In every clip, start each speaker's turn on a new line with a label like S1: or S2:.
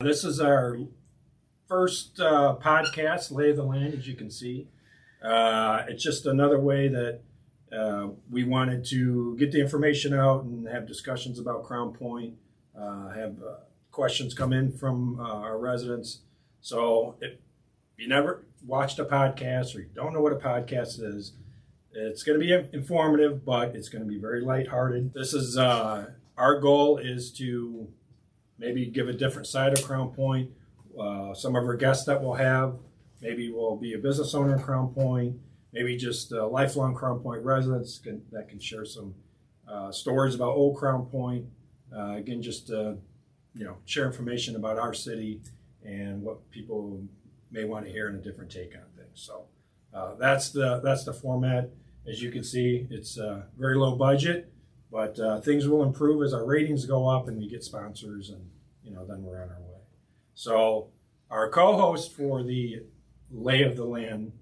S1: This is our first uh, podcast, Lay of the Land, as you can see. Uh, it's just another way that uh, we wanted to get the information out and have discussions about Crown Point, uh, have uh, questions come in from uh, our residents. So if you never watched a podcast or you don't know what a podcast is, it's going to be informative, but it's going to be very lighthearted. This is uh, our goal is to maybe give a different side of Crown Point. Uh, some of our guests that we'll have, maybe will be a business owner in Crown Point, maybe just uh, lifelong Crown Point residents can, that can share some uh, stories about old Crown Point. Uh, again, just uh, you know, share information about our city and what people may want to hear and a different take on things. So uh, that's the that's the format. As you can see, it's uh, very low budget, but uh, things will improve as our ratings go up and we get sponsors, and you know, then we're on our way. So our co-host for the Lay of the Land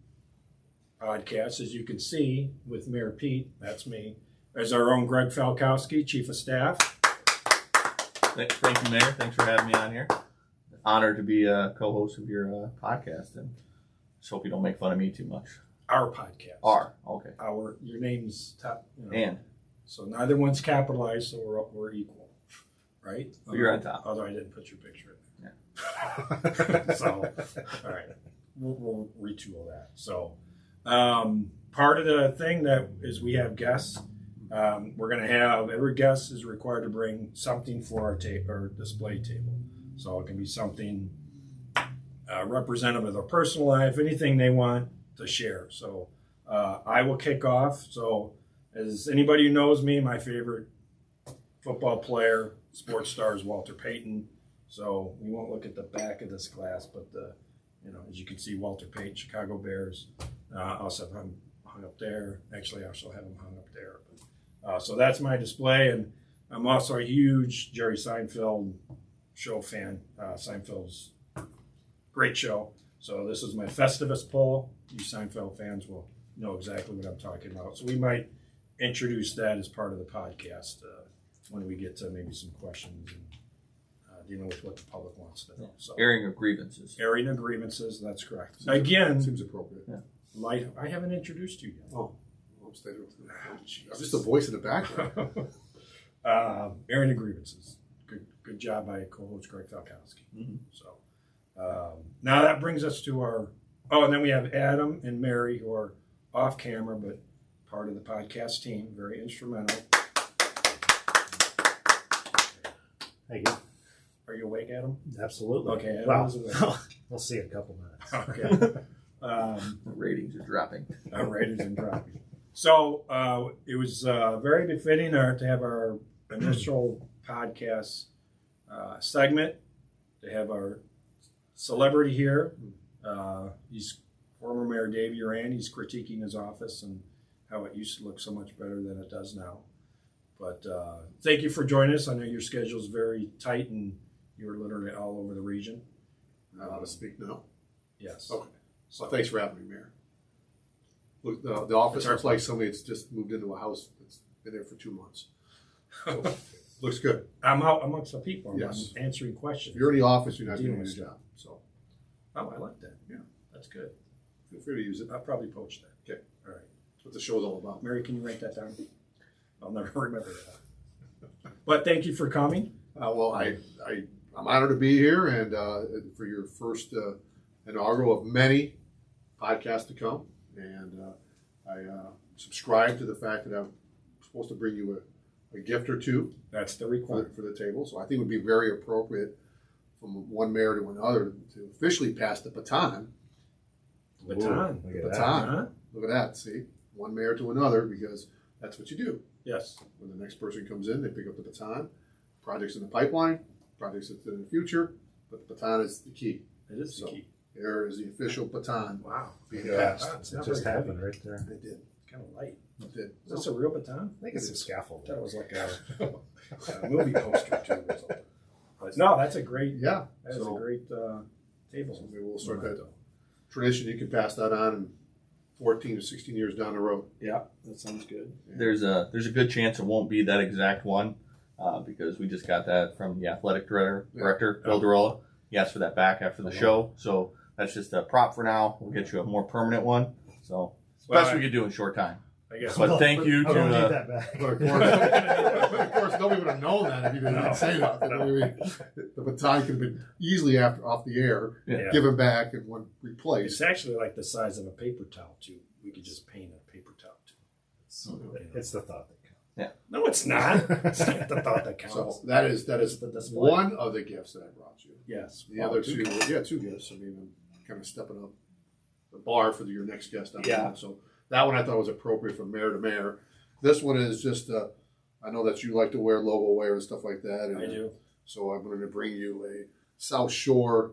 S1: podcast, as you can see, with Mayor Pete, that's me, is our own Greg Falkowski, Chief of Staff.
S2: Thank, thank you, Mayor. Thanks for having me on here. Honored to be a co-host of your uh, podcast, and just hope you don't make fun of me too much.
S1: Our podcast.
S2: R, okay,
S1: Our your name's top. You know,
S2: and
S1: So neither one's capitalized, so we're, we're equal, right?
S2: But you're on top.
S1: Although I didn't put your picture in there. so, all right, we'll, we'll retool that. So, um, part of the thing that is we have guests. Um, we're going to have every guest is required to bring something for our tape or display table. So it can be something uh, representative of their personal life, anything they want to share. So uh, I will kick off. So as anybody who knows me, my favorite football player, sports star is Walter Payton. So we won't look at the back of this glass, but the, you know, as you can see, Walter Payton, Chicago Bears. Uh, I also have him hung up there. Actually, I also have him hung up there. Uh, so that's my display, and I'm also a huge Jerry Seinfeld show fan. Uh, Seinfeld's great show. So this is my Festivus poll. You Seinfeld fans will know exactly what I'm talking about. So we might introduce that as part of the podcast uh, when we get to maybe some questions and uh, dealing with what the public wants to know. So
S2: airing of grievances.
S1: airing and grievances, that's correct. Again,
S3: Seems appropriate.
S1: light. I haven't introduced you yet.
S3: Oh, I'm standing with I'm just a voice in the background.
S1: um, airing and grievances. Good, good job by co-host Greg Falkowski.
S2: Mhm.
S1: So um, now that brings us to our. Oh, and then we have Adam and Mary who are off camera but part of the podcast team, very instrumental.
S4: Thank you.
S1: Are you awake, Adam?
S4: Absolutely.
S1: Okay, Adam
S4: Wow.
S1: is awake.
S4: we'll see in a couple minutes.
S1: Okay. um,
S2: The ratings are dropping.
S1: uh, ratings and dropping. So uh, it was uh, very befitting our, to have our initial podcast uh, segment, to have our celebrity here. Uh, he's former Mayor Dave Uran. He's critiquing his office and how it used to look so much better than it does now. But uh, thank you for joining us. I know your schedule's very tight and you're literally all over the region.
S3: I want to speak now.
S1: Yes.
S3: Okay.
S1: So
S3: Well, thanks for having me, Mayor. Look, the, the office
S1: It's our
S3: looks like somebody that's just moved into a house that's been there for two months. So, looks good.
S1: I'm out amongst the people. I'm
S3: Yes.
S1: answering questions.
S3: If you're in the office, you're not doing your job. So
S1: Oh, I like that.
S3: Yeah.
S1: that's good.
S3: feel free to use it.
S1: I'll probably poach that.
S3: Okay.
S1: All right.
S3: That's what the show's all about.
S1: Mary, can you write that down? I'll never remember that. But thank you for coming.
S3: Uh, well, I, I, I'm honored to be here and uh, for your first uh, inaugural of many podcasts to come. And uh, I uh, subscribe to the fact that I'm supposed to bring you a, a gift or two
S1: That's the
S3: for,
S1: requirement.
S3: for the table. So I think it would be very appropriate from one mayor to another to officially pass the baton.
S1: Baton.
S4: Look at that.
S3: Baton.
S1: Huh?
S3: Look at that, see? One mayor to another because that's what you do.
S1: Yes.
S3: When the next person comes in, they pick up the baton. Projects in the pipeline, projects that's in the future, but the baton is the key.
S1: It is the
S3: So-
S1: key.
S3: There is the official baton
S1: Wow.
S3: being
S4: Yeah.
S3: passed.
S1: It's
S4: It
S1: not
S4: just
S1: very heavy.
S4: happened right there.
S3: It did.
S1: Kind of light.
S3: It did.
S1: Is this a real baton?
S4: I think it's a
S1: I
S4: scaffold.
S1: thought it was like a, a movie poster too. Or something. But no, that's a great.
S3: yeah.
S1: That's
S3: So-
S1: a great uh,
S3: So
S1: table.
S3: maybe we'll start that tradition. You can pass that on in 14 or 16 years down the road.
S1: Yeah, that sounds good.
S2: There's a there's a good chance it won't be that exact one uh, because we just got that from the athletic director,
S3: Yeah.
S2: director Bill Durrell, He asked for that back after the show, so that's just a prop for now. We'll get you a more permanent one. So it's the
S1: Well,
S2: best we could do in short time.
S1: I guess.
S2: But thank you
S4: I
S2: to
S4: don't need
S2: uh,
S4: that back.
S3: But of course, but of course, nobody would have known that if you didn't
S1: No.
S3: say that. I mean, the baton could have been easily after off the air,
S1: Yeah.
S3: given back, and one
S1: It's
S3: replaced.
S1: actually like the size of a paper towel too. We could just paint a paper towel too.
S4: it's the thought that counts.
S1: No, it's not. It's not the thought that counts.
S3: So that is that is
S1: It's the display.
S3: one of the gifts that I brought you.
S1: Yes.
S3: The other two, yeah, two gifts. I mean, I'm kind of stepping up the bar for your next guest. on
S2: Yeah.
S3: So that one I thought was appropriate from mayor to mayor. This one is just, uh, I know that you like to wear logo wear and stuff like that. and,
S1: I do.
S3: So I'm going to bring you a South Shore,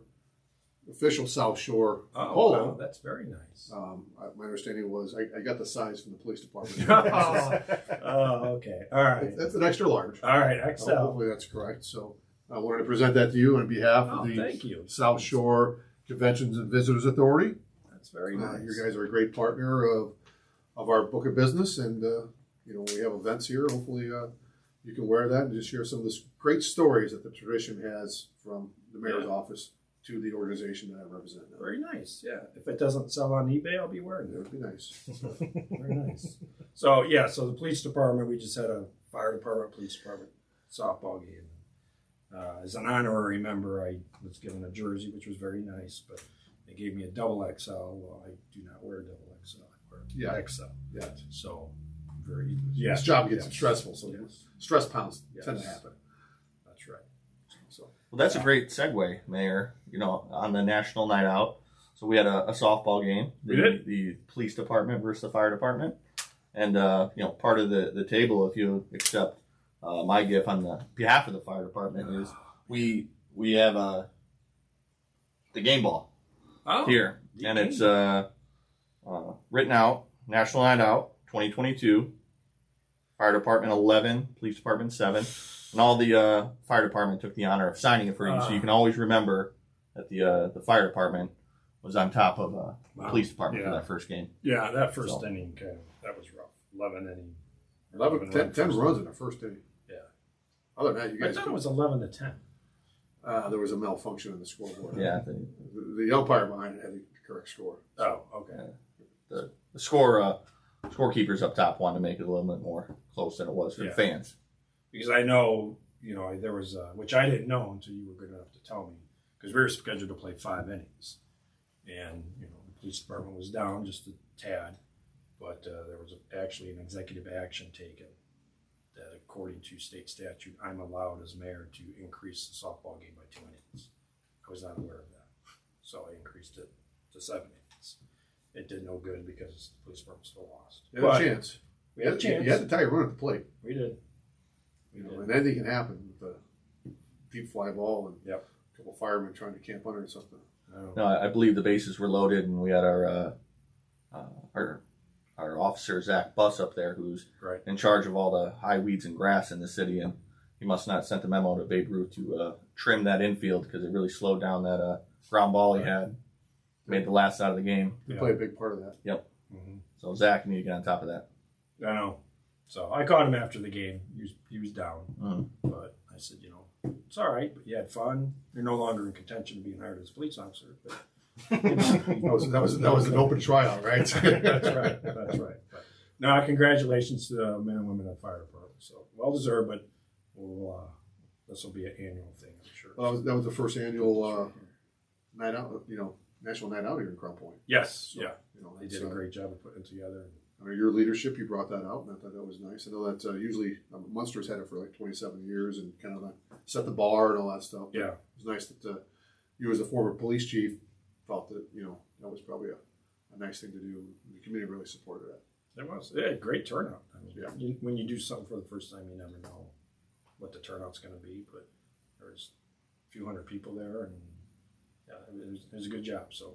S3: official South Shore
S1: Oh,
S3: polo.
S1: wow, that's very nice.
S3: Um, I, my understanding was I, I got the size from the police department.
S1: oh, okay. All right.
S3: That's an extra large.
S1: All right.
S3: So
S1: Excel.
S3: hopefully that's correct. So I wanted to present that to you on behalf
S1: Oh,
S3: of the
S1: thank you.
S3: South Shore Conventions and Visitors Authority.
S1: That's very
S3: Uh,
S1: nice.
S3: you guys are a great partner of of our book of business, and uh, you know we have events here. Hopefully, uh, you can wear that and just share some of the s- great stories that the tradition has from the mayor's
S1: Yeah.
S3: office to the organization that I represent. Now.
S1: Very nice. Yeah. If it doesn't sell on eBay, I'll be wearing
S3: That
S1: it.
S3: would be nice.
S1: Very nice. so yeah. So the police department. We just had a fire department, police department softball game. Uh, as an honorary member, I was given a jersey, which was very nice. But they gave me a double XL. Well, I do not wear a double XL. I wear
S3: Yeah.
S1: XL.
S3: Yeah,
S1: So very. Yeah.
S3: this job gets
S1: Yeah.
S3: stressful, so
S1: Yes.
S3: stress pounds tend to
S1: Yes.
S3: happen.
S1: That's right.
S3: So
S2: Well, that's a great segue, Mayor. You know, on the national night out, so we had a, a softball game. The,
S1: We did?
S2: the police department versus the fire department, and uh, you know, part of the the table, if you accept uh, my gift on the behalf of the fire department, is we we have uh, the game ball
S1: Oh.
S2: here,
S1: the
S2: and
S1: game
S2: it's uh, uh, written out national night out 2022, fire department 11, police department 7. And all the uh, fire department took the honor of signing it for you, so
S1: Ah.
S2: you can always remember that the uh, the fire department was on top of uh, the
S1: Wow.
S2: police department for
S1: Yeah.
S2: that first game.
S1: Yeah, that first
S2: So.
S1: inning kind of, that was rough. Eleven inning.
S3: 11, 10, 10
S1: first
S3: runs
S1: inning.
S3: in the first inning.
S1: Yeah.
S3: Other than that, you
S1: I
S3: guys.
S1: thought it was eleven to ten.
S3: uh, there was a malfunction in the scoreboard.
S2: Yeah, the,
S3: The, the umpire behind it had the correct score.
S1: Oh, okay.
S2: the score uh, scorekeepers up top wanted to make it a little bit more close than it was for
S1: Yeah.
S2: the fans.
S1: Because I know, you know, I- there was uh, which I didn't know until you were good enough to tell me because we were scheduled to play five innings, and you know the police department was down just a tad, but uh, there was actually an executive action taken that, according to state statute, I'm allowed as mayor to increase the softball game by two innings. I was not aware of that, so I increased it to seven innings. It did no good because the police department still lost.
S3: You had
S1: But
S3: a chance.
S1: We had a
S3: You-
S1: chance.
S3: You had to tie a run at the plate.
S1: We did. We
S3: You know,
S1: did.
S3: and anything can happen with a deep fly ball and
S1: Yep.
S3: a couple firemen trying to camp under or something.
S1: Oh.
S2: No, I I believe the bases were loaded, and we had our uh, uh, our our officer Zach Buss up there, who's
S1: Right.
S2: in charge of all the high weeds and grass in the city, and he must not have sent the memo to Babe Ruth to uh, trim that infield because it really slowed down that uh, ground ball he had. Made the last out of the game,
S3: You
S1: Yeah.
S3: play a big part of that.
S1: hmm
S3: Mm-hmm.
S2: so Zach you need to get on top of that.
S1: I know. So I caught him after the game. He was he was down,
S2: Mm.
S3: Mm-hmm.
S1: but I said, you know, it's all right. But you had fun. You're no longer in contention being hired as a police officer. But, you
S3: That
S1: know,
S3: was, that was, that was an open tryout, right?
S1: that's right. That's right. But, no, congratulations to the men and women of the fire department. So well deserved. But we'll, uh, this will be an annual thing, I'm sure.
S3: Well, that, was, that was the first annual uh, night out, you know, national night out here in Crown Point.
S1: yes.
S3: So,
S1: yeah.
S3: You know,
S1: They
S3: that's,
S1: did a
S3: uh,
S1: great job of putting it together.
S3: I mean, your leadership, you brought that out, and I thought that was nice. I know that uh, usually um, Munster's had it for like 27 years and kind of like set the bar and all that stuff.
S1: Yeah.
S3: It was nice that uh, you, as a former police chief, felt that, you know, that was probably a, a nice thing to do. The community really supported that.
S1: It was. They had a great turnout. I mean,
S3: Yeah.
S1: you, when you do something for the first time, you never know what the turnout's going to be. But there's a few hundred people there, and yeah, it was, it was a good job. So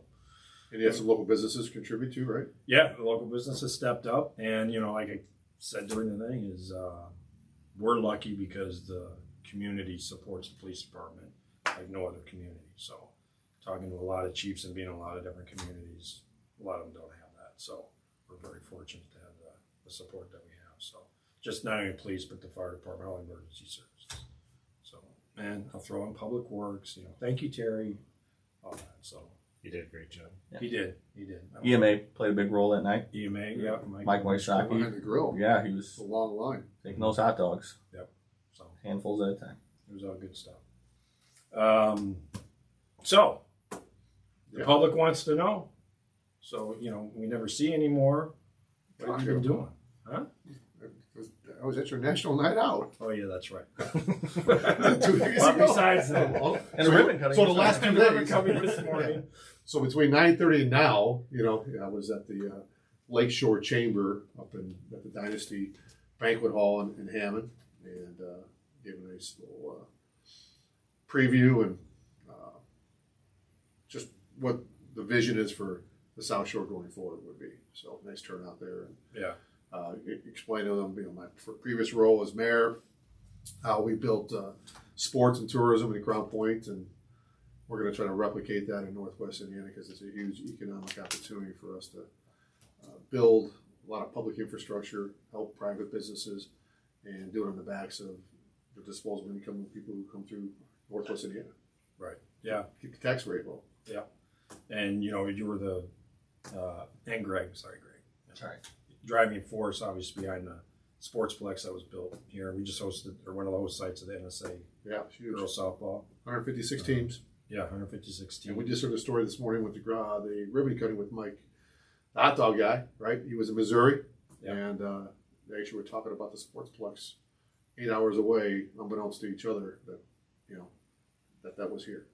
S3: And you had some local businesses contribute too, right?
S1: yeah, the local businesses stepped up, and you know, like I said during the thing, is uh, we're lucky because the community supports the police department like no other community. So talking to a lot of chiefs and being in a lot of different communities, a lot of them don't have that. So we're very fortunate to have the, the support that we have. So just not only police, but the fire department, all emergency services. So and I'll throw in Public Works. You know, thank you, Terry. All that. So
S4: You did a great job.
S1: he did. He did.
S2: EMA played E a big role that night.
S1: EMA. Yeah. Mike.
S2: Mike Wysocki.
S3: behind the grill.
S2: Yeah, he
S3: It's
S2: was
S3: a long line.
S2: taking those hot dogs,
S1: So
S2: handfuls at a time.
S1: it was all good stuff. Um, so the
S3: Yeah.
S1: public wants to know. So you know, we never see anymore. What have you been doing?
S3: Was- I was at your national night out.
S1: Oh yeah, that's right.
S3: Two days
S1: But
S3: ago.
S1: besides that,
S2: And a ribbon cutting.
S3: So the last
S1: I'm
S3: two
S1: never
S3: days.
S1: coming this morning.
S3: So between nine thirty and now, you know, I was at the uh, Lakeshore Chamber up in at the Dynasty Banquet Hall in, in Hammond, and uh, gave a nice little uh, preview and uh, just what the vision is for the South Shore going forward would be. So nice turnout there.
S1: Yeah.
S3: Uh, e- explain to them, you know, my pr- previous role as mayor, how we built uh, sports and tourism in Crown Point and we're going to try to replicate that in Northwest Indiana because it's a huge economic opportunity for us to uh, build a lot of public infrastructure, help private businesses, and do it on the backs of the disposable income of people who come through Northwest Indiana.
S1: Right. Yeah.
S3: Keep the tax rate low.
S1: And you know, you were the uh, and Greg. Sorry, Greg.
S2: Sorry.
S1: driving force, obviously, behind the sportsplex that was built here. We just hosted, or one of the host sites of the NSA
S3: Yeah, it's huge.
S1: girls softball.
S3: 156 teams.
S1: Yeah, 156
S3: And we
S1: team.
S3: just heard a story this morning with the gra- the ribbon cutting with Mike, the hot dog guy, right? He was in Missouri,
S1: Yeah.
S3: and uh, they actually were talking about the sportsplex, eight hours away, unbeknownst to each other, that you know that that was here.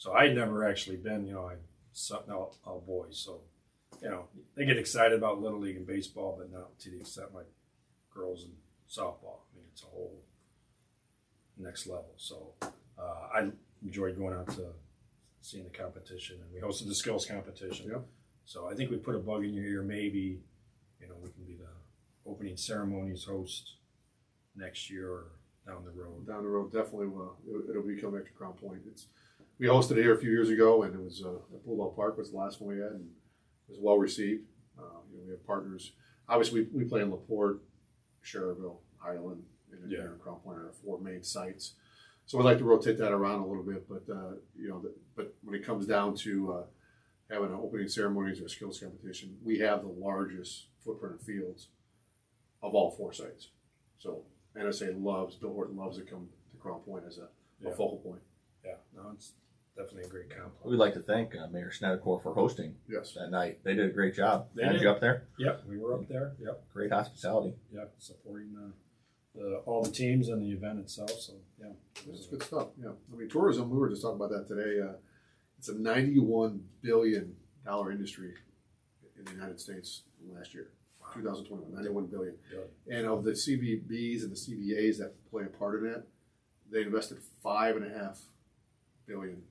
S1: So I'd never actually been, you know, I'm something all, all boys. So, you know, they get excited about Little League and baseball, but not to the extent like girls and softball. I mean, it's a whole next level. So uh, I enjoyed going out to seeing the competition, and we hosted the skills competition.
S3: Yeah.
S1: So I think we put a bug in your ear. Maybe you know we can be the opening ceremonies host next year or down the road.
S3: Down the road, definitely, uh, it'll, it'll become extra Crown Point. It's we hosted it here a few years ago, and it was uh, at Bluebell Park was the last one we had, and it was well received. Uh, you know, we have partners. Obviously, we, we play in Laporte, Sherrillville, Highland, and
S1: Yeah.
S3: here in Crown Point are our four main sites. So we'd like to rotate that around a little bit, but uh, you know, the, but when it comes down to uh, having an opening ceremonies or skills competition, we have the largest footprint of fields of all four sites. So NSA loves Bill Horton loves to come to Crown Point as a,
S1: Yeah.
S3: a focal point.
S1: Yeah, no, it's definitely a great compliment.
S2: We'd like to thank uh, Mayor Snedecor for hosting
S3: Yes.
S2: that night. They did a great job.
S1: They
S2: Had
S1: did.
S2: you up there?
S1: Yep, we were up there. Yep,
S2: Great hospitality.
S1: yep, supporting the, the all the teams and the event itself. So yeah, it
S3: That's
S1: was
S3: good stuff. Yeah, I mean tourism. We were just talking about that today. Uh, it's a ninety-one billion dollar industry in the United States last year,
S1: Wow.
S3: 2021, 91 billion.
S1: Billion.
S3: And of the CVBs and the CVAs that play a part in that, they invested five and a half billion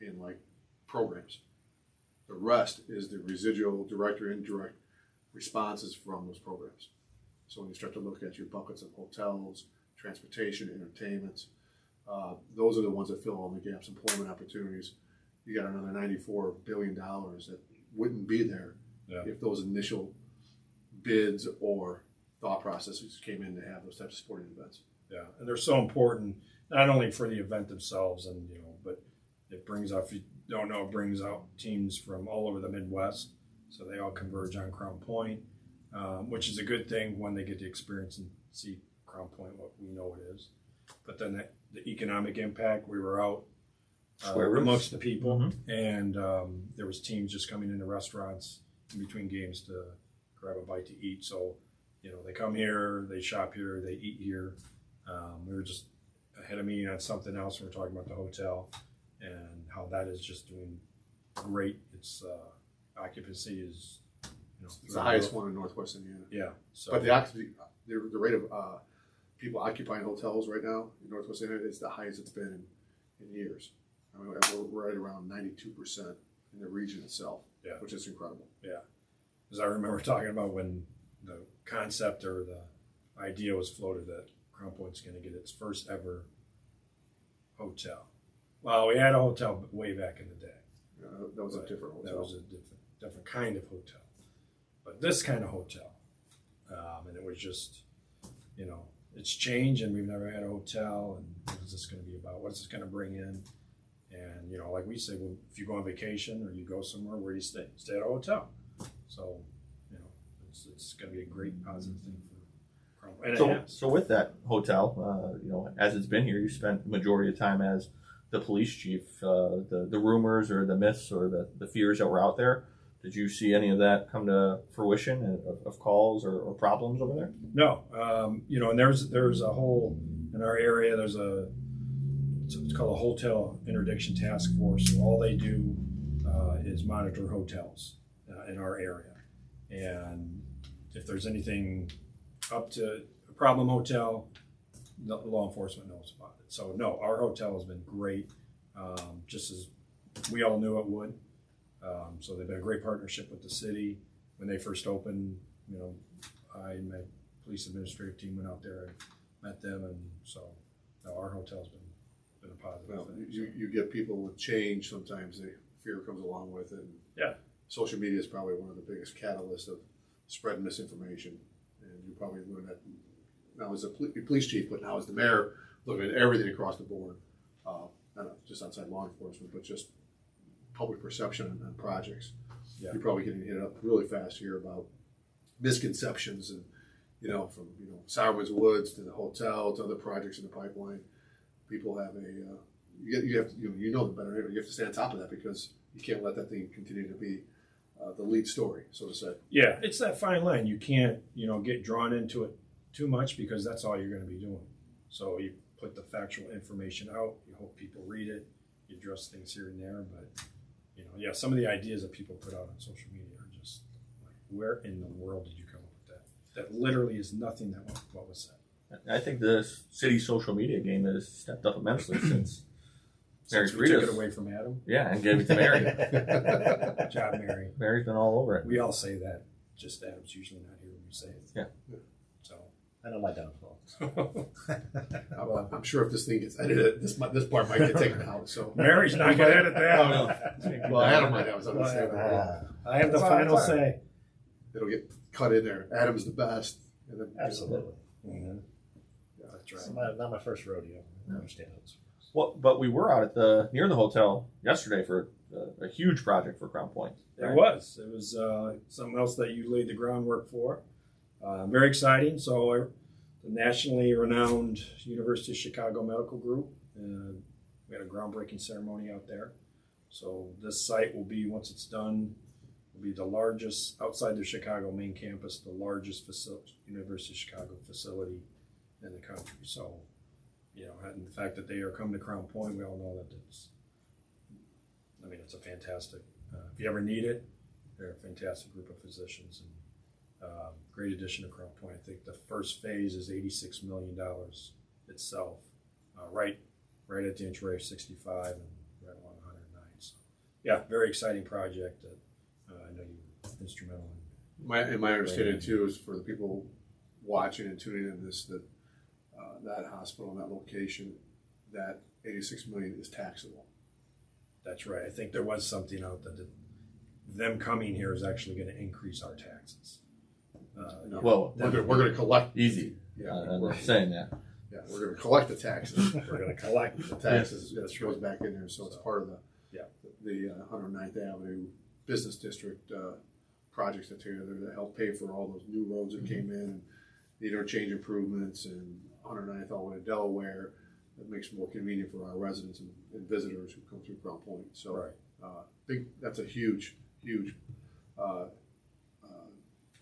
S3: in like programs. The rest is the residual direct or indirect responses from those programs. So when you start to look at your buckets of hotels, transportation, entertainment, uh, those are the ones that fill all the gaps, employment opportunities. You got another ninety-four billion dollars that wouldn't be there
S1: Yeah.
S3: if those initial bids or thought processes came in to have those types of sporting events.
S1: Yeah, and they're so important not only for the event themselves, and you know, but it brings out. If you don't know, it brings out teams from all over the Midwest, so they all converge on Crown Point, um, which is a good thing when they get to experience and see Crown Point what we know it is. But then that, the economic impact. We were out uh,
S2: Square roots. Mm-hmm.
S1: amongst the people, and um, there was teams just coming into restaurants in between games to grab a bite to eat. So, you know, they come here, they shop here, they eat here. Um, we were just had a meeting on something else. We were talking about the hotel and how that is just doing great. Its uh, occupancy is, you know,
S3: It's the highest one in Northwest Indiana.
S1: Yeah. So
S3: But the occupancy, the, the rate of uh, people occupying hotels right now in Northwest Indiana is the highest it's been in, in years. I mean, we're- we're right around 92% in the region itself,
S1: Yeah.
S3: which is incredible.
S1: as I remember talking about when the concept or the idea was floated that Crown Point's going to get its first ever hotel. Well, we had a hotel way back in the day.
S3: Uh, that was a
S1: Right.
S3: different hotel.
S1: That was a different, different kind of hotel. But this kind of hotel, um, and it was just, you know, it's change and we've never had a hotel and what is this going to be about? What's this going to bring in? And you know, like we say, well, if you go on vacation or you go somewhere, where do you stay? Stay at a hotel. So, you know, it's, it's going to be a great positive thing for Cromwell. And it
S2: So,
S1: has.
S2: so with that hotel, uh, you know, as it's been here, you spent the majority of time as the police chief. Uh, the the rumors or the myths or the, the fears that were out there. Did you see any of that come to fruition uh, of, of calls or, or problems over there?
S1: No, um, you know, and there's there's a whole in our area. There's a it's it's called a hotel interdiction task force. And all they do uh, is monitor hotels uh, in our area, and if there's anything up to a problem hotel, the law enforcement knows about it. So no, our hotel has been great, um, just as we all knew it would. Um, so they've been a great partnership with the city. When they first opened, you know, I and my police administrative team went out there and met them, and so no, our hotel's been been a positive
S3: Well,
S1: thing.
S3: you, you get people with change sometimes, they, fear comes along with it.
S1: Yeah.
S3: Social media is probably one of the biggest catalysts of spreading misinformation. And you probably learn that now as a poli- your police chief, but now as the mayor, looking at everything across the board. Uh, not just outside law enforcement, but just public perception on, on projects.
S1: Yeah.
S3: You're probably getting hit up really fast here about misconceptions and, you know, from, you know, Sowerman's Woods to the hotel to other projects in the pipeline. People have a, uh, you, get, you have to, you know, you know them better. You have to stay on top of that because you can't let that thing continue to be uh, the lead story, so to say.
S1: Yeah, it's that fine line. You can't, you know, get drawn into it too much because that's all you're going to be doing. So you put the factual information out. You hope people read it. You address things here and there, but you know, yeah, some of the ideas that people put out on social media are just like, where in the world did you come up with that? That literally is nothing that what, what was said.
S2: I think the city social media game has stepped up immensely since Mary
S1: Since we took
S2: Freitas-
S1: it away from Adam,
S2: Yeah, and gave it to Mary.
S1: good job, Mary.
S2: Mary's been all over it.
S1: We all say that. Just Adam's usually not here when we say it.
S2: Yeah.
S1: So.
S4: I know my downfall.
S3: I'm, I'm sure if this thing gets edited, this might, this part might get taken out. So
S1: Mary's not going to edit that.
S3: Oh, no. Well, Adam right now is on the same.
S4: Ah,
S1: I have the
S4: That's all right,
S1: final
S4: that's all
S1: say.
S3: It'll get cut in there. Adam's the best. And then,
S4: absolutely.
S1: Mm-hmm. Yeah, that's
S4: It's
S1: right.
S4: my, not my first rodeo. I understand how this works.
S2: Well, but we were out at the near the hotel yesterday for a, a huge project for Crown Point.
S1: It was. It was uh, something else that you laid the groundwork for. Uh, very exciting. So, uh, the nationally renowned University of Chicago Medical Group, uh, we had a groundbreaking ceremony out there. So, this site will be, once it's done, will be the largest outside the Chicago main campus, the largest facility, University of Chicago facility in the country. So, you know, and the fact that they are coming to Crown Point, we all know that it's, I mean, it's a fantastic, uh, if you ever need it, they're a fantastic group of physicians and um, great addition to Crown Point. I think the first phase is $86 million itself, uh, right, right at the inch-rate 65 and right along 109. So, yeah, very exciting project that uh, I know you were instrumental in.
S3: My, and my understanding too is for the people watching and tuning in this that uh, that hospital and that location, that 86 million is taxable.
S1: That's right. I think there was something out that that them coming here is actually going to increase our taxes. Uh,
S3: No,
S2: Well,
S3: we're gonna, we're gonna collect.
S2: easy.
S3: Yeah,
S2: Uh, I'm
S3: we're,
S2: not saying that.
S3: yeah, we're gonna collect the taxes.
S1: We're going to collect.
S3: The taxes yeah, it goes back in there, so it's part of the
S1: Yeah.
S3: the uh, 109th Avenue Business District uh, projects that's here that help pay for all those new roads that came in, the interchange improvements, and 109th all the way to Delaware. That makes it more convenient for our residents and, and visitors who come through Crown Point. So
S1: Right.
S3: uh, big, that's a huge, huge. Uh,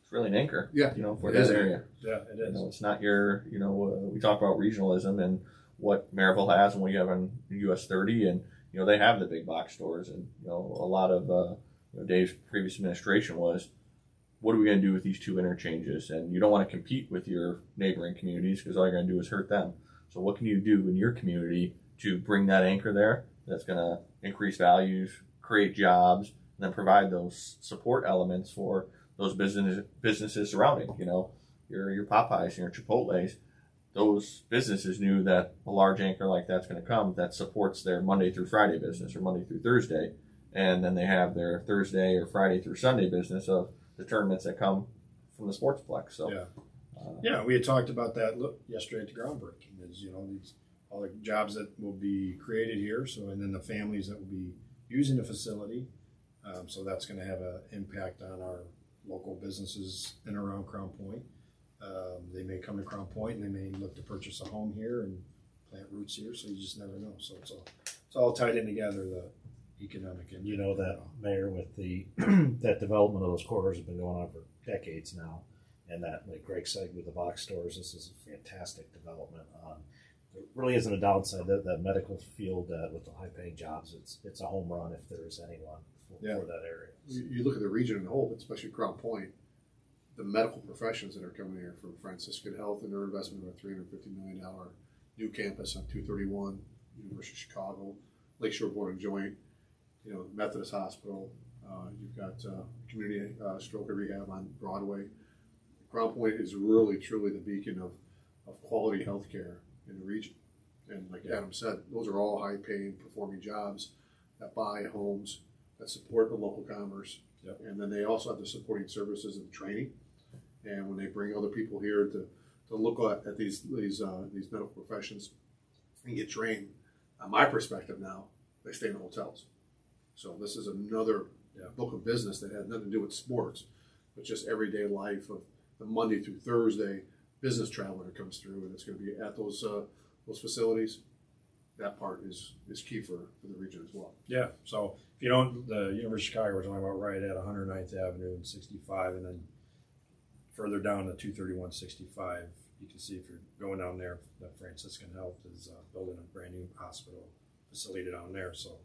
S2: It's really an anchor.
S3: Yeah,
S2: you know, for
S3: it
S2: this
S3: is an
S2: area.
S1: Yeah, it
S2: You know,
S1: is.
S2: it's not your, you know, uh, we talk about regionalism and what Maryville has and what you have in US 30. And, you know, they have the big box stores. And, you know, a lot of uh, you know, Dave's previous administration was, what are we going to do with these two interchanges? And you don't want to compete with your neighboring communities because all you're going to do is hurt them. So, what can you do in your community to bring that anchor there that's going to increase values, create jobs, and then provide those support elements for those business, businesses surrounding, you know? your your Popeyes and your Chipotle's, those businesses knew that a large anchor like that's going to come that supports their Monday through Friday business or Monday through Thursday, and then they have their Thursday or Friday through Sunday business of the tournaments that come from the sportsplex. So
S1: Yeah.
S2: uh,
S1: Yeah, we had talked about that look yesterday at the groundbreaking. Is you know these all the jobs that will be created here, so and then the families that will be using the facility. Um, so that's going to have an impact on our local businesses in and around Crown Point. Um, they may come to Crown Point and they may look to purchase a home here and plant roots here. So you just never know. So it's all it's all tied in together. The economic and
S4: You know that mayor with the that development of those corridors has been going on for decades now, and that like Greg said with the box stores, this is a fantastic development. On there really isn't a downside that that medical field uh, with the high paying jobs, it's it's a home run if there is anyone for,
S1: Yeah.
S4: for that area.
S3: You, you look at the region in whole, but especially Crown Point, the medical professions that are coming here from Franciscan Health and their investment of a $350 million new campus on 231, University of Chicago, Lakeshore Board and Joint, you know, Methodist Hospital. Uh, you've got uh, community uh, stroke and rehab on Broadway. Crown Point is really, truly the beacon of, of quality healthcare in the region. And like Adam said, those are all high paying, performing jobs that buy homes, that support the local commerce.
S1: Yep.
S3: And then they also have the supporting services and training. And when they bring other people here to, to look at, at these these uh, these medical professions and get trained, on my perspective now, they stay in hotels. So this is another
S1: Yeah.
S3: book of business that has nothing to do with sports, but just everyday life of the Monday through Thursday business traveler that comes through, and it's going to be at those uh, those facilities. That part is is key for, for the region as well.
S1: Yeah, so if you don't, the University of Chicago, we're talking about right at 109th Avenue and 65, and then further down to 231, 65. You can see if you're going down there, that Franciscan Health is uh, building a brand new hospital facility down there, so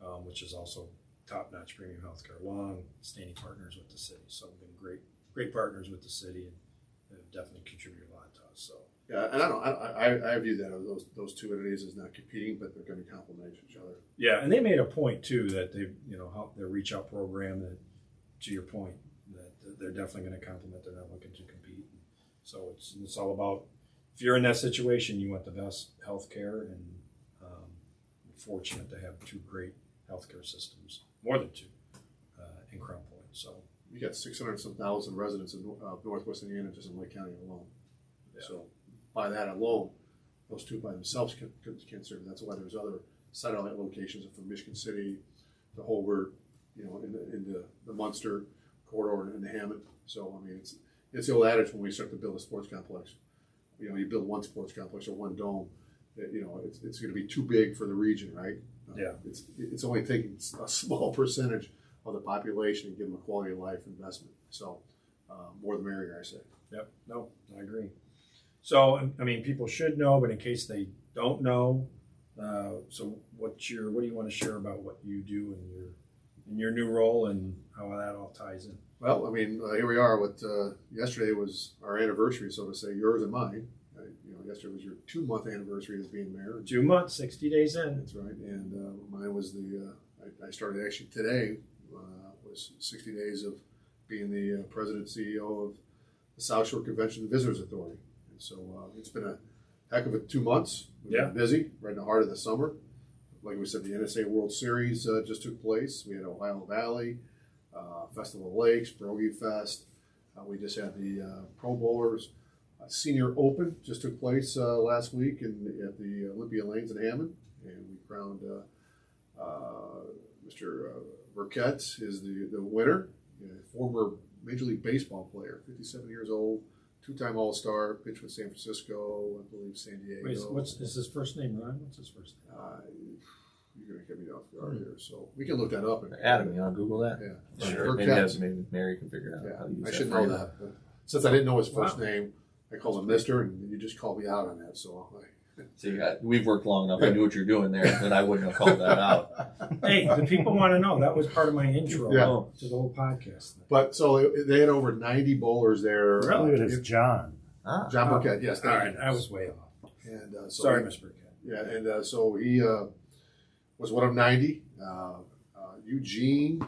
S1: um, which is also top-notch premium healthcare, long-standing partners with the city. So we've been great, great partners with the city, and have definitely contributed a lot to us. So
S3: Yeah, and I don't. I, I, I view that as those those two entities as not competing, but they're going to complement each other.
S1: Yeah, and they made a point too that they, you know, how their reach out program that, to your point, that they're definitely going to complement. They're not looking to compete. So it's it's all about if you're in that situation, you want the best health care, and um, we're fortunate to have two great healthcare systems, more than two, uh, in Crown Point. So
S3: You got six hundred some thousand residents in uh, Northwest Indiana just in Lake County alone.
S1: Yeah.
S3: So by that alone, those two by themselves can, can, can serve. That's why there's other satellite locations from Michigan City, the Hobart, you know, in the, in the, the Munster corridor and the Hammond. So I mean, it's it's the old adage when we start to build a sports complex. You know, you build one sports complex or one dome. that, you know, it's, it's going to be too big for the region, right? Uh,
S1: Yeah.
S3: It's it's only taking a small percentage of the population and give them a quality of life investment. So, uh, more the merrier, I say.
S1: Yep. No, I agree. So, I mean, people should know, but in case they don't know, uh, so what's your what do you want to share about what you do and your in your new role and how that all ties in?
S3: Well, I mean, uh, here we are. What uh, yesterday was our anniversary, so to say, yours and mine. Uh, you know, yesterday was your two-month anniversary as being mayor.
S1: Two months, sixty days in.
S3: That's right. And uh, mine was the uh, I, I started actually today uh, was 60 days of being the uh, president CEO of the South Shore Convention and Visitors Authority. And so uh, it's been a heck of a two months. We've
S1: Yeah.
S3: been busy right in the heart of the summer. Like we said, the NSA World Series uh, just took place. We had Ohio Valley uh, Festival of Lakes, Brogy Fest. Uh, we just had the uh, Pro Bowlers. Uh, Senior Open just took place uh, last week in, at the Olympia Lanes in Hammond, and we crowned uh, uh, Mr. Uh, Burkett is the, the winner, a former Major League Baseball player, 57 years old, two-time All-Star, pitched with San Francisco, I believe San Diego.
S1: Wait, what's is his first name, Ron? What's his first name?
S3: Uh, you're going to get me off guard here, so we can look that up. and-
S2: Adam, you want to Google that?
S3: Yeah.
S2: Sure.
S3: Burkett.
S2: Maybe, that's, maybe Mary can figure out how to use
S3: Yeah, I
S2: that
S3: should know
S2: phrase.
S3: that. but Since I didn't know his first
S1: Wow.
S3: name, I called him Mister, and you just called me out on that. So I,
S2: See, I, we've worked long enough. I knew what you're doing there, but I wouldn't have called that out.
S1: Hey, the people want to know. That was part of my intro
S3: Yeah.
S2: Oh,
S1: to the whole podcast. Thing.
S3: but so it- they had over ninety bowlers there.
S4: I believe it
S3: Uh,
S4: is John.
S2: ah.
S3: John Burkett, yes.
S1: All
S3: thank
S1: right,
S3: you.
S1: I was way off.
S3: And uh, so
S1: Sorry, Miss Burkett.
S3: Yeah, and uh, so he uh, was one of 90. Uh, uh, Eugene, I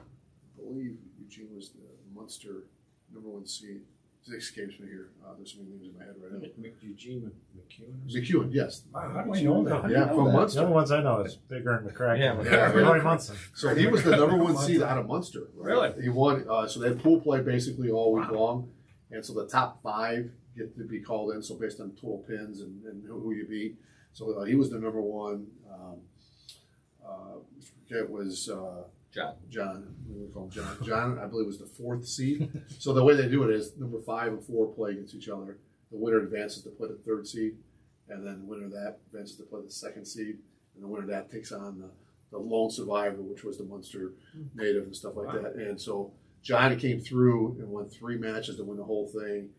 S3: believe Eugene was the Munster number one seed. It escapes me here. Uh, there's so many names in my head right now.
S1: Mc- Eugene Mc- McEwen. or something?
S3: McEwen, yes.
S1: Wow, how do I know that?
S3: Yeah,
S2: know
S3: from
S2: that?
S4: The
S3: Munster.
S4: only ones I know is Big Earn McCracken.
S2: Yeah,
S3: McCracken.
S4: Roy Munson.
S3: So he was the number one seed out of Munster. right?
S1: Really?
S3: He won. Uh, so they had pool play basically all week long, and so the top five get to be called in. So based on total pins and, and who you beat, so uh, he was the number one. Um, uh, it was uh,
S2: John.
S3: John. We would call him John. John, I believe, was the fourth seed. so the way they do it is number five and four play against each other. The winner advances to play the third seed, and then the winner of that advances to play the second seed, and the winner of that takes on the, the lone survivor, which was the Munster native and stuff like
S1: Wow.
S3: that. And so John came through and won three matches to win the whole thing.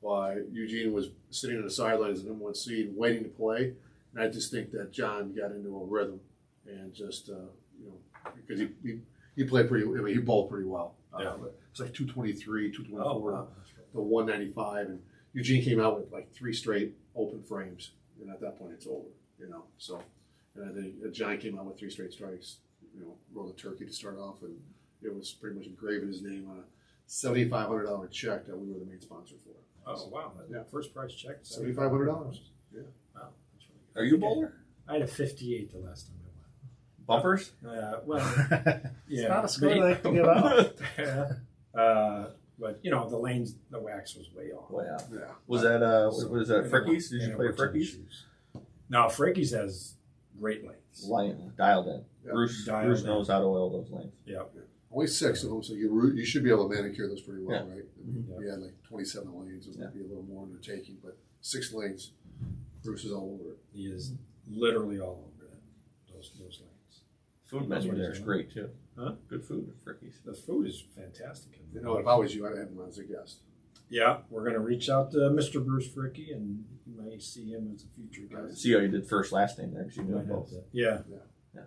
S3: While Eugene was sitting on the sideline as the number one seed, waiting to play, and I just think that John got into a rhythm and just uh, you know because he, he he played pretty. I mean, he bowled pretty well.
S1: Yeah.
S3: Uh, it's like 223, 224,
S1: Oh, wow.
S3: the 195, and Eugene came out with like three straight open frames, and at that point, it's over. You know, so and I think uh, John came out with three straight strikes. You know, rolled a turkey to start off, and it was pretty much engraving his name on a seventy-five hundred dollar check that we were the main sponsor for.
S1: Oh wow! That
S3: Yeah.
S1: First price check.
S3: Seventy-five hundred dollars.
S1: Wow. That's really good.
S2: Are you a bowler?
S1: I had a 58 the last time I
S2: Bumpers?
S1: went. Uh, well, yeah.
S4: not a score
S1: they-
S4: they like to give out.
S1: uh, but you know the lanes, the wax was way off.
S2: Well, yeah.
S3: Yeah.
S2: Was that uh?
S1: So-
S2: what was that
S1: And it
S2: Frickies?
S1: worked-
S2: Did
S1: and
S2: you
S1: it
S2: play
S1: worked on the
S2: Frickies?
S1: shoes. No, Frickies has great lanes.
S2: Lion dialed in.
S3: Yeah.
S2: Bruce,
S1: Dialed
S2: Bruce
S1: in.
S2: knows how to oil those lanes.
S3: Only six of them, so you root, you should be able to manicure those pretty well, right?
S1: Mhm.
S3: We had like 27 lanes, it
S2: Yeah.
S3: would be a little more undertaking, but six lanes, Bruce is all over it.
S1: He is literally all over that, those those lanes.
S2: Food
S1: That's
S2: menu
S1: what
S2: there
S1: he's doing.
S2: is great too.
S1: Huh?
S2: Good food at Frickies.
S1: The food is fantastic. in
S3: You
S1: there.
S3: know, if I was you, I'd have him as a guest.
S1: yeah, we're gonna reach out to Mr. Bruce Fricky, and you may see him as a future guest.
S2: See how you did first last name there because you knew
S1: Might
S2: it
S1: have
S2: both.
S1: to, yeah,
S3: Yeah.
S2: Yeah.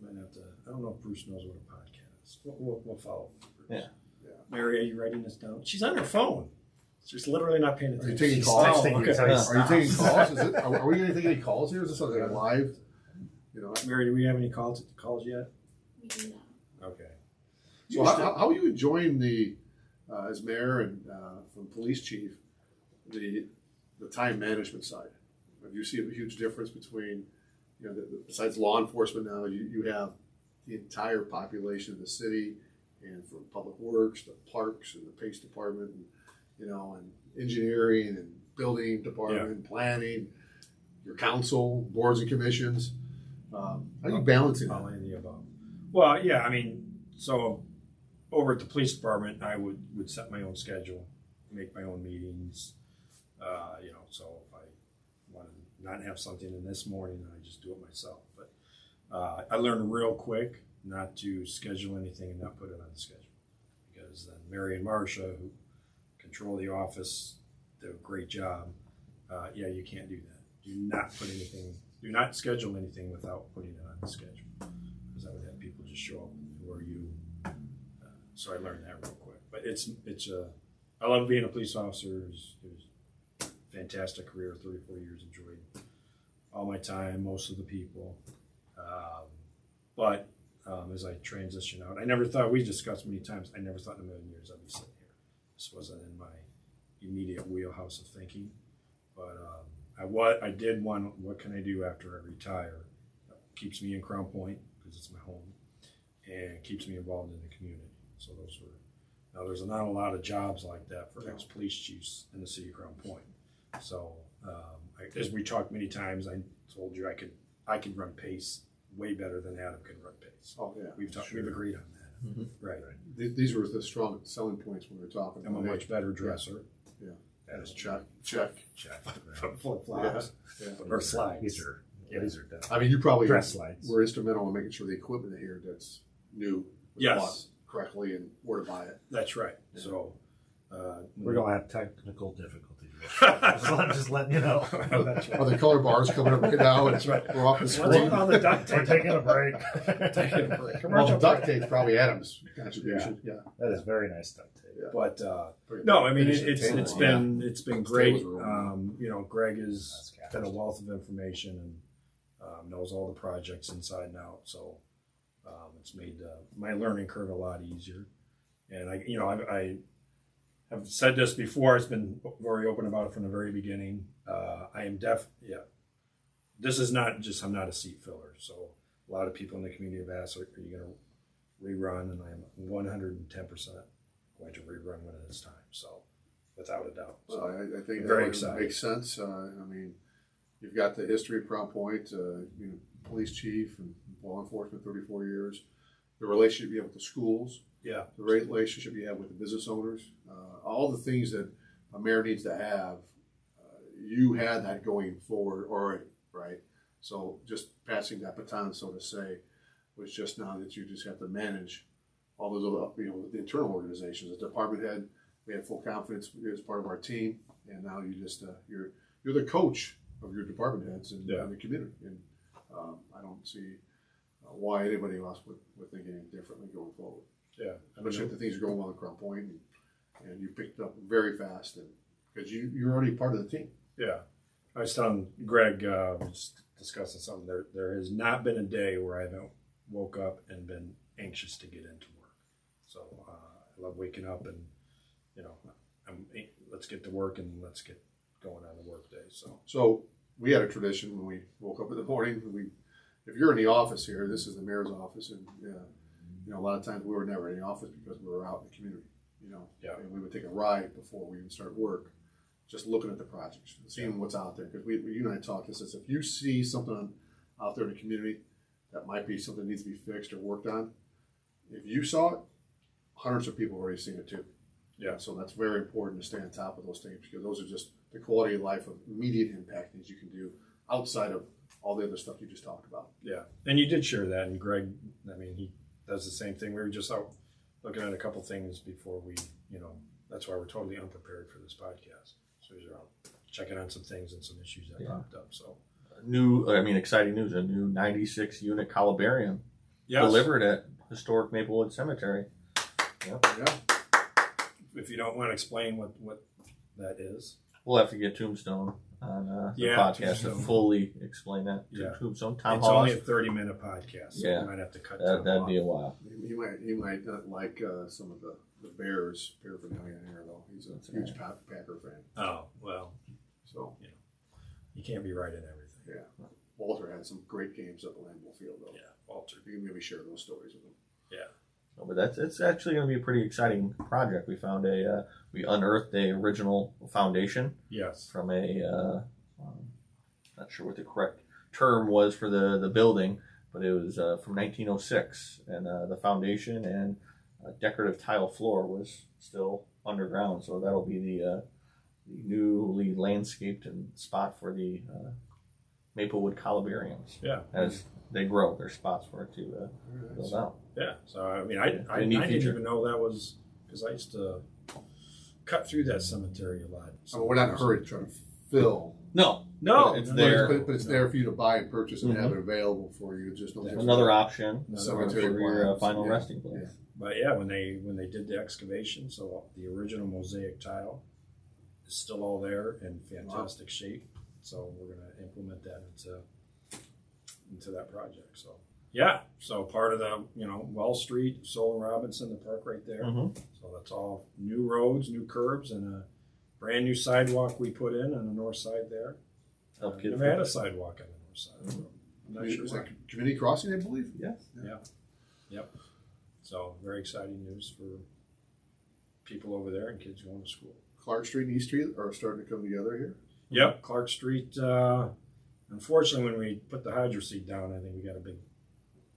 S1: Might have to. I don't know if Bruce knows what a podcast is. We'll, we'll, we'll follow. up with Bruce.
S2: Yeah.
S3: Yeah.
S1: Mary, are you writing this down? She's on her phone. She's literally not paying
S3: Are you
S1: attention.
S3: taking
S1: She's
S3: calls?
S4: Oh,
S1: texting you.
S2: you
S3: Are you taking calls? Is it, are, are we going to take any calls here? Is this something live? You know,
S1: Mary, do we have any calls calls yet?
S5: We do that.
S1: Okay.
S3: so how, how- how are you enjoying the, uh, as mayor and uh, from police chief, the the time management side? Do you see a huge difference between, you know, the, the- besides law enforcement now, you, you have the entire population of the city and from public works, the parks and the police department, and, you know, and engineering and building department, planning, your council, boards and commissions. Um, how are
S1: Uh,
S3: you balancing
S1: All
S3: that?
S1: of the above. Well, yeah, I mean, so over at the police department, I would, would set my own schedule, make my own meetings. Uh, you know, so if I want to not have something in this morning, I just do it myself. But uh, I learned real quick not to schedule anything and not put it on the schedule. Because then Mary and Marcia, who control the office, do a great job. Uh, yeah, you can't do that. Do not put anything, do not schedule anything without putting it on the schedule because I would have people just show up. Who are you? Uh, so I learned that real quick. But it's it's uh, I love being a police officer. It was, it was a fantastic career. Thirty four years enjoyed all my time, most of the people. Um, but um, as I transition out, I never thought we discussed many times. I never thought in a million years I'd be sitting here. This wasn't in my immediate wheelhouse of thinking. But um, I what I did want. What can I do after I retire? keeps me in Crown Point because it's my home, and keeps me involved in the community. So those were. Now there's not a lot of jobs like that for ex-police chiefs in the city of Crown Point. So um, I, as we talked many times, I told you I could I could run pace way better than Adam could run pace.
S3: Oh, yeah.
S1: We've talked. We've agreed on that.
S2: Mhm.
S1: Mm-hmm. Right.
S3: Th- These were the strong selling points when we were talking.
S1: I'm a
S3: about
S1: much better dresser.
S3: Yeah.
S1: That is
S3: check, check.
S1: check. Flip flops
S3: Yeah.
S1: or slides.
S4: These are
S1: Yeah.
S4: these are done.
S3: I mean, you probably
S4: Dress slides.
S3: were instrumental in making sure the equipment here that's new was
S1: Yes.
S3: bought correctly and where to buy it.
S1: That's right. So uh,
S4: We're gonna have technical difficulties. just, let, just letting you know.
S1: That's right.
S3: Are the color bars coming up right now?
S1: That's right.
S3: We're off the
S1: What's
S3: screen.
S1: it called? The duct tape.
S4: We're taking a break.
S1: Taking a break.
S3: Well, the
S4: Commercial
S3: duct
S4: break.
S3: tape's probably Adam's contribution. Yeah.
S4: That is very nice duct tape.
S1: But uh, no, I mean it, it's it's
S2: Yeah.
S1: been it's been
S3: Tables
S1: great.
S3: are open.
S1: Um, you know, Greg
S4: That's
S1: has
S4: got
S1: been a
S4: it.
S1: wealth of information and um, knows all the projects inside and out. So um, it's made uh, my learning curve a lot easier. And I, you know, I, I have said this before. It's been very open about it from the very beginning. Uh, I am deaf. Yeah, this is not just. I'm not a seat filler. So a lot of people in the community have asked, "Are you going to rerun?" And I am 110 percent going to rerun when it is time. So without a doubt.
S3: So
S1: So,
S3: I, I
S1: Very
S3: think that would
S1: excited.
S3: makes sense. Uh, I mean, you've got the history of Crown Point, uh, you know, police chief and law enforcement, 34 years. The relationship you have with the schools,
S1: yeah.
S3: the relationship you have with the business owners, uh, all the things that a mayor needs to have. Uh, you had that going forward already, right? So just passing that baton, so to say, was just now that you just have to manage all those other, you know, the internal organizations. The department head, we had full confidence as part of our team, and now you just uh, you're you're the coach of your department heads and,
S1: Yeah.
S3: and the community. And um, I don't see uh, why anybody else would, would think anything differently going forward
S1: Yeah. I mean,
S3: especially if the things are going well in Crown Point, and, and you picked up very fast, and because you you're already part of the team.
S1: Yeah. I was telling Greg, uh, was discussing something. There, there has not been a day where I haven't woke up and been anxious to get into work. So uh, I love waking up and, you know, I'm, let's get to work and let's get going on the work day. So,
S3: So we had a tradition when we woke up in the morning. We, if you're in the office here, this is the mayor's office, and uh, you know a lot of times we were never in the office because we were out in the community. You know,
S1: Yeah.
S3: and we would take a ride before we even start work, just looking at the projects, and seeing what's out there. Because we, we, you and I talked this is if you see something on, out there in the community that might be something that needs to be fixed or worked on, if you saw it, hundreds of people have already seen it too.
S1: Yeah.
S3: So that's very important to stay on top of those things because those are just the quality of life of immediate impact things you can do outside of all the other stuff you just talked about.
S1: yeah. And you did share that. And Greg, I mean, he does the same thing. We were just out looking at a couple things before we, you know, that's why we're totally unprepared for this podcast. So he's out checking on some things and some issues that
S2: Yeah.
S1: popped up. So,
S2: New, I mean, exciting news: a new 96 unit columbarium delivered at historic Maplewood Cemetery.
S3: Yeah.
S1: if you don't want to explain what what that is.
S2: We'll have to get Tombstone on uh, the
S1: Yeah,
S2: podcast
S1: Tombstone.
S2: to fully explain that.
S1: Yeah.
S2: Tombstone, Tom
S1: it's
S2: Hollis.
S1: only a thirty minute podcast. So
S2: Yeah.
S1: you might have to cut
S2: that,
S1: that,
S2: that'd be a while.
S3: You you might you might not like uh, some of the, the Bears paraphernalia in here though. He's a
S2: That's
S3: huge Pa- Packer fan.
S1: Oh well,
S3: So
S1: you can't be right in everything.
S3: Yeah. Walter had some great games up at Lambeau Field though.
S1: Yeah, Walter.
S3: You can maybe share those stories with him.
S2: No, But that's it's actually going to be a pretty exciting project. We found a uh, we unearthed the original foundation
S1: Yes.
S2: from a uh, um, not sure what the correct term was for the the building, but it was uh, from 1906, and uh, the foundation and uh, decorative tile floor was still underground. So that'll be the, uh, the newly landscaped and spot for the uh, Maplewood columbariums
S1: Yeah.
S2: as they grow. There's spots for it to uh, build out.
S1: Yeah. So I mean, I
S2: Yeah,
S1: I, I
S2: a neat
S1: didn't
S2: feature.
S1: even know that was because I used to cut through that cemetery a lot.
S3: So Oh, we're not in a hurry to try to fill.
S2: No,
S1: No,
S2: It's
S1: no,
S2: there.
S3: But, but it's
S1: no.
S3: there Mm-hmm. for you to buy and purchase and have it available for you. Just don't
S1: Yeah.
S3: just-
S2: another option
S1: Another
S2: for
S3: Cemetery
S2: your uh,
S3: plans,
S2: final
S3: yeah.
S2: resting place.
S1: But yeah, when they when they did the excavation, so the original mosaic tile is still all there in fantastic shape. So we're gonna implement that into into that project. So yeah, so part of the you know Well Street, Sol and Robinson, the park right there.
S2: Mhm.
S1: So that's all new roads, new curbs, and a brand new sidewalk we put in on the north side there.
S2: Help
S1: Uh,
S2: kids
S1: never had a sidewalk on the north side. of the road. I'm not
S3: It
S1: sure
S3: was
S1: why.
S3: like community crossing, I believe.
S2: Yes.
S1: So very exciting news for people over there and kids going to school.
S3: Clark Street and East Street are starting to come together here.
S1: Yep, Clark Street. Uh, unfortunately, when we put the hydro seed down, I think we got a big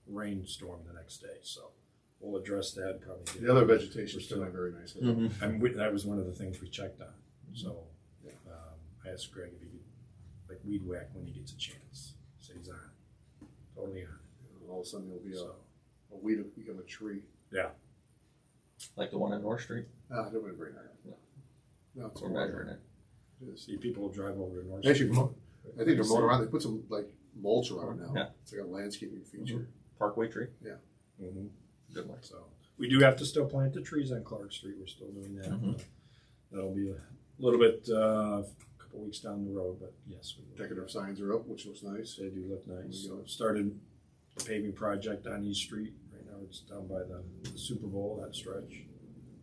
S1: rainstorm the next day. So we'll address that and probably. get-
S3: The other vegetation is doing very nicely.
S2: Mm-hmm.
S1: I mean, we- that was one of the things we checked on. So
S3: Yeah.
S1: um, I asked Greg if he could like weed whack when he gets a chance. So he's on it, totally on it.
S3: And all of a sudden, there'll be a,
S1: So,
S3: a weed will become a tree.
S2: Like the one on North Street.
S3: Ah, that would bring that up. No, it's
S2: We're
S3: all right.
S2: measuring it.
S3: It is.
S1: see, people will drive over to North.
S3: Actually, mo-
S1: Street.
S3: I think they're mowing around. They put some like mulch around it now.
S2: Yeah. Mm-hmm.
S3: It's like a landscaping feature.
S2: Parkway tree.
S1: Mhm.
S2: Good one.
S1: So we do have to still plant the trees on Clark Street. We're still doing that.
S3: Mm-hmm.
S2: Mhm.
S1: That'll be a little bit, uh, a couple weeks down the road, but yes. we will.
S3: Decorative signs are up, which looks nice.
S1: They do look nice.
S3: There we go.
S1: Started the paving project on East Street. Right now it's down by the Super Bowl, that stretch.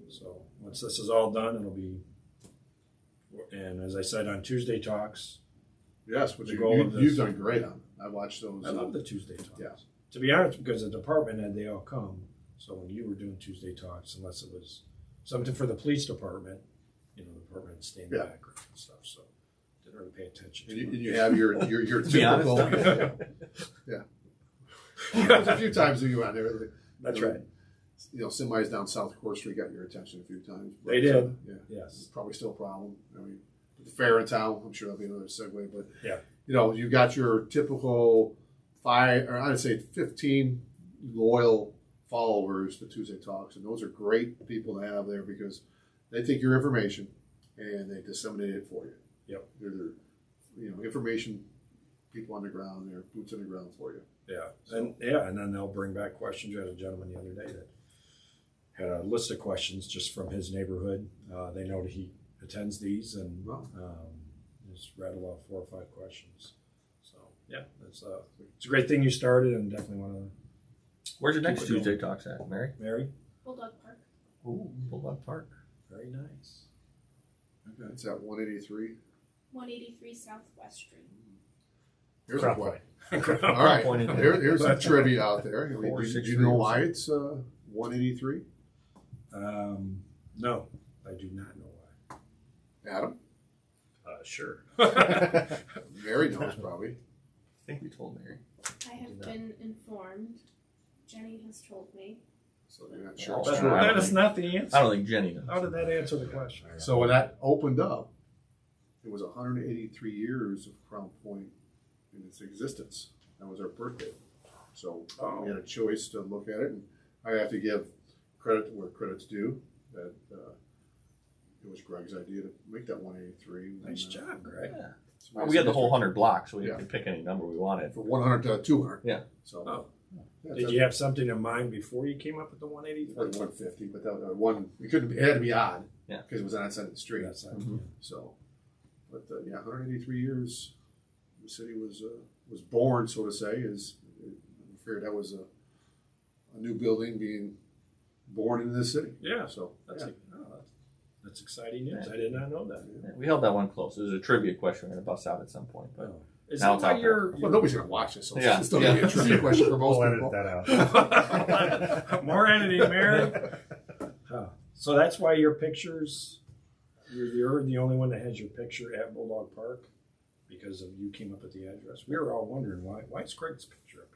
S1: So once this is all done, it'll be, and as I said on Tuesday talks,
S3: Yes, which
S1: The
S3: you,
S1: goal
S3: you,
S1: of this-
S3: you've done great on. I watched those.
S1: I love the Tuesday talks.
S3: Yeah.
S1: To be honest, because the department had they all come. So when you were doing Tuesday talks, unless it was something for the police department, you know, the department stay in the
S3: Yeah.
S1: background and stuff. So didn't really pay attention. to
S3: And you,
S1: much.
S3: and you have your your, your
S2: be honest,
S3: typical. Yeah. There's a few times we went there. that-
S1: That's right.
S3: You know, semis down South Court Street got your attention a few times.
S1: They did.
S3: uh, yeah. It's
S1: Yes.
S3: probably still a problem. I mean, the fair in town, I'm sure that'll be another segue, but
S1: Yeah.
S3: you know, you got your typical five, or I'd say 15 loyal followers to Tuesday Talks, and those are great people to have there because they take your information and they disseminate it for you.
S1: Yep.
S3: They're, they're, you know, information people on the ground, they're boots on the ground for you.
S1: Yeah. And yeah, and then they'll bring back questions. I had a gentleman the other day that had a list of questions just from his neighborhood. Uh, they know that he attends these and
S3: Wow.
S1: um, just rattle off four or five questions. So yeah, that's uh, it's a great thing you started, and definitely want to
S2: Where's your next
S1: Keep it going.
S2: Tuesday talks at, Mary?
S1: marry.
S5: Bulldog Park.
S2: Ooh, Bulldog Park.
S1: Very nice. Okay.
S3: It's at 183.
S5: 183 Southwest Street.
S3: Here's a
S4: Crop
S3: question.
S4: point.
S3: All right. Oh,
S2: Pointing at
S3: Here,
S2: it.
S3: here's some trivia out there. Do
S2: Four,
S3: you,
S2: six,
S3: do you know
S2: three.
S3: why it's uh, 183?
S1: Um, no, I do not know
S3: Adam?
S4: Uh, sure.
S1: why.
S3: Mary knows probably.
S2: I think we told Mary.
S5: I have
S4: Yeah.
S5: been informed. Jenny has told me.
S3: So you're not sure.
S2: Oh,
S3: it's
S2: that's
S3: true.
S2: right.
S1: that is not the answer.
S2: I don't think Jenny knows.
S1: How did that answer the question?
S3: So when that opened up, it was 183 years of Crown Point in its existence. That was our birthday. So
S2: Oh.
S3: we had a choice to look at it, and I have to give credit where credit's due. That uh, it was Greg's idea to make that 183.
S1: nice
S3: And, uh,
S1: job, Greg.
S2: Yeah.
S3: it's
S2: Well, we had the whole 100 block, so we
S3: Yeah.
S2: could pick any number we wanted.
S3: for 100 to 200.
S2: Yeah.
S3: So
S1: Oh.
S3: yeah,
S1: Did
S3: so
S1: you have something in mind before you came up with the
S3: it was
S1: 183?
S3: 150, but that uh, one it couldn't. Be, it had to be odd.
S2: Yeah.
S3: Because it was on that side of the street.
S1: That's not-
S2: Mm-hmm.
S3: So, but uh, yeah, 183 years the city was uh, was born, so to say. Is I'm afraid that was a, a new building being born into this city.
S1: Yeah,
S3: So
S1: that's,
S3: yeah.
S1: e- oh, that's- that's exciting news. I did not know that.
S2: Yeah, We held that one close. It was a trivia question we're going to bust out at some point. But
S1: Oh. Is
S2: Now
S1: that
S2: it's
S1: why
S2: out
S1: you're.
S3: well, nobody's gonna watch this, so
S2: Yeah,
S3: it's still gonna be a
S2: yeah.
S3: trivia question for most
S4: We'll edit
S3: people.
S4: that out.
S1: More entity, Mary. Huh. So that's why your pictures, you're, you're the only one that has your picture at Bulldog Park because of you came up with the address. We were all wondering why, why is Craig's picture up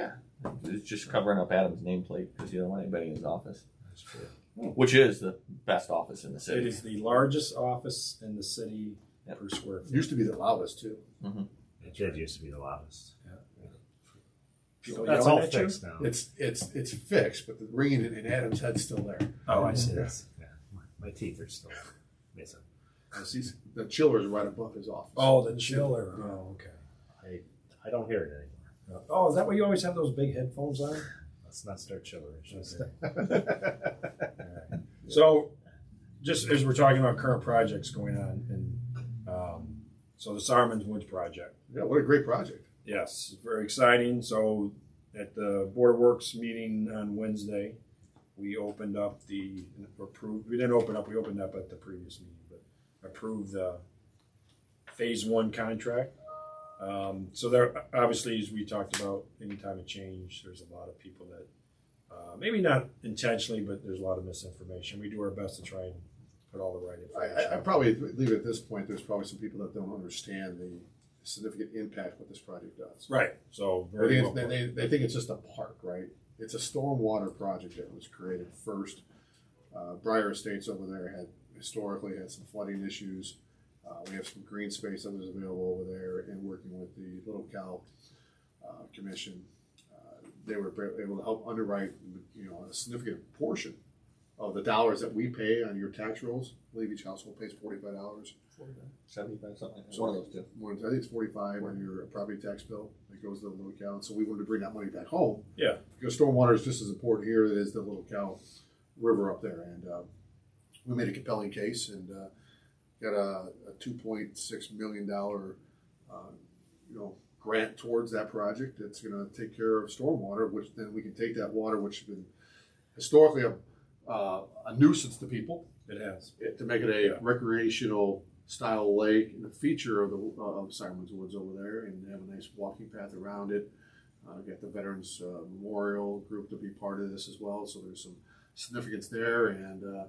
S1: here?
S2: it's just covering up Adam's nameplate because you don't want anybody in his office,
S1: That's true.
S2: which is the best office in the
S1: It
S2: city.
S1: is the largest office in the city
S2: Yep.
S1: per square
S3: It
S1: foot.
S3: used to be the loudest too.
S4: It did used to be the loudest.
S1: People
S4: That's
S1: yelling
S4: all
S1: at you?
S4: fixed now.
S3: It's it's it's fixed, but the ringing in Adam's head's still there.
S1: Oh,
S4: Mm-hmm.
S1: I see.
S4: Yeah. My, my teeth are still missing.
S3: I see the chiller's right above his office.
S1: Oh, the chiller. Oh, okay.
S4: I don't hear it anymore.
S1: Oh, is that why you always have those big headphones on?
S4: Let's not start chiller issues.
S1: So, just as we're talking about current projects going on, and um, so the Sarman's Woods project.
S3: yeah, what a great project.
S1: Yes, it's very exciting. So, at the Board of Works meeting on Wednesday, we opened up the approved. We didn't open up. We opened up at the previous meeting, but approved the phase one contract. Um, so there, obviously, as we talked about, anytime a change, there's a lot of people that uh, maybe not intentionally, but there's a lot of misinformation. We do our best to try and put all the right
S3: I,
S1: information.
S3: I- I probably leave it at this point. There's probably some people that don't understand the significant impact what this project does.
S1: right. So
S3: They,
S1: very
S3: think
S1: well.
S3: it's- they, they, they think it's just a park, right? It's a stormwater project that was created first. Uh, Briar Estates over there had historically had some flooding issues. Uh, we have some green space that was available over there, and working with the Little Cow uh, Commission, uh, they were bra- able to help underwrite, you know, a significant portion of the dollars that we pay on your tax rolls. I believe each household pays forty-five dollars.
S2: 75, something like that.
S3: So
S2: One of those two.
S3: One, I think it's forty-five on your property tax bill that goes to the Little Cow, and so we wanted to bring that money back home.
S1: Yeah.
S3: Because stormwater is just as important here as it is the Little Cow River up there, and, uh, we made a compelling case and, uh, got a, a two point six million dollar, uh, you know, grant towards that project that's gonna take care of stormwater, which then we can take that water, which has been historically a, uh, a nuisance to people,
S1: it has.
S3: it- to make it a recreational style lake and a feature of the uh, of Simon's Woods over there, and have a nice walking path around it. Uh, got the Veterans uh, Memorial group to be part of this as well, so there's some significance there, and uh,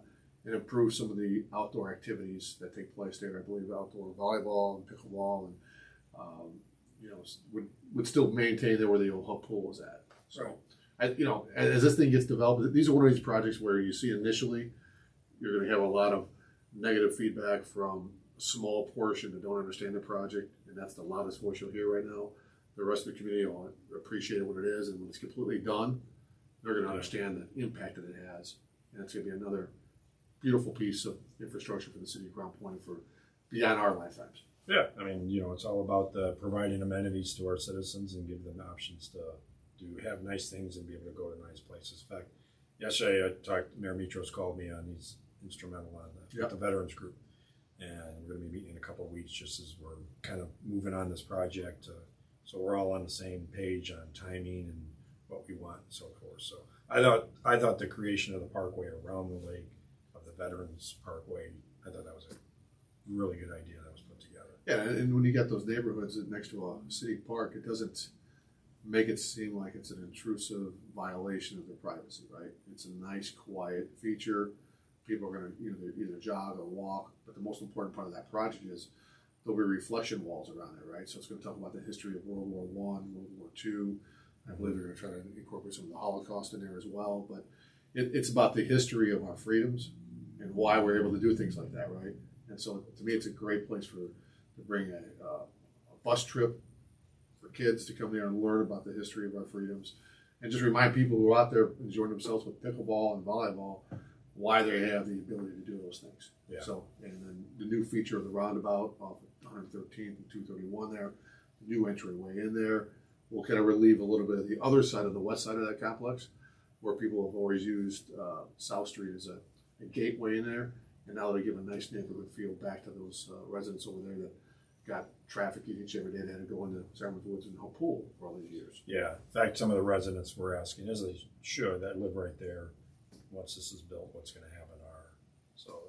S3: and improve some of the outdoor activities that take place there. I believe outdoor volleyball and pickleball, and um, you know, s- would would still maintain there where the old hub pool was at. So,
S1: Right.
S3: I, you know, as, as this thing gets developed, these are one of these projects where you see initially you're going to have a lot of negative feedback from a small portion that don't understand the project, and that's the loudest voice you'll hear right now. The rest of the community will appreciate what it is, and when it's completely done, they're going to understand the impact that it has, and it's going to be another beautiful piece of infrastructure for the city of Crown Point for beyond our lifetimes.
S1: Yeah, I mean, you know, it's all about uh, providing amenities to our citizens and give them options to do have nice things and be able to go to nice places. In fact, yesterday I talked. Mayor Mitros called me on. He's instrumental on the, with the veterans group, and we're going to be meeting in a couple of weeks just as we're kind of moving on this project. Uh, so we're all on the same page on timing and what we want and so forth. So I thought I thought the creation of the parkway around the lake of the veterans parkway. I thought that was a really good idea that was put together.
S3: Yeah, and- and when you got those neighborhoods that next to a city park, it doesn't make it seem like it's an intrusive violation of their privacy, right? It's a nice, quiet feature. People are going to you know, they either jog or walk, but the most important part of that project is there'll be reflection walls around it, right? So it's going to talk about the history of World War One, World War Two. I believe they're going to try to incorporate some of the Holocaust in there as well, but it, it's about the history of our freedoms and why we're able to do things like that, right? And so, to me, it's a great place for to bring a, uh, a bus trip for kids to come there and learn about the history of our freedoms, and just remind people who are out there enjoying themselves with pickleball and volleyball why they have the ability to do those things.
S1: Yeah.
S3: So, and then the new feature of the roundabout off 113th and 231 there, the new entryway in there, will kind of relieve a little bit of the other side of the west side of that complex, where people have always used uh, South Street as a, a gateway in there. And now they'll give a nice neighborhood feel back to those uh, residents over there that got traffic each and every day. They had to go into Sandwich Woods and Hope Pool for all these years.
S1: Yeah, in fact, some of the residents were asking, as they should, that live right there, once this is built, what's gonna happen to our, so,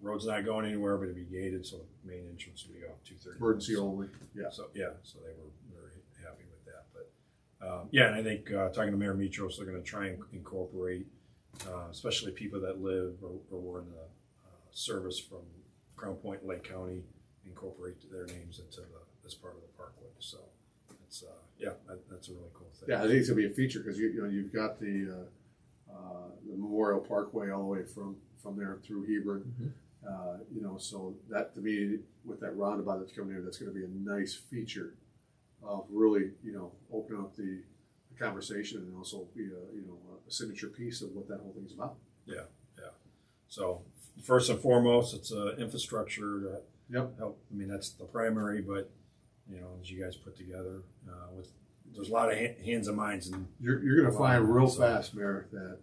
S1: road's not going anywhere, but it'd be gated, so the main entrance would be off two thirty.
S3: Emergency only. Yeah.
S1: So, yeah, so they were very happy with that, but, um, yeah, and I think, uh, talking to Mayor Mitros, they're gonna try and incorporate, uh, especially people that live or, or were in the, uh, service from Crown Point, Lake County, incorporate their names into the, this part of the parkway, so, it's, uh, yeah, that, that's a really cool thing.
S3: Yeah, I think it's gonna be a feature because you, you know you've got the uh, uh, the Memorial Parkway all the way from from there through Hebron.
S2: Mhm.
S3: Uh, you know, so that to me, with that roundabout that's coming here, that's going to be a nice feature of really you know opening up the, the conversation and also be a you know a signature piece of what that whole thing's about.
S1: So first and foremost, it's uh, infrastructure that
S3: Yep.
S1: help. I mean, that's the primary, but you know, as you guys put together uh, with, there's a lot of ha- hands and minds and
S3: You're, you're going to
S1: A lot of
S3: find real
S1: them, so.
S3: fast, Mayor, that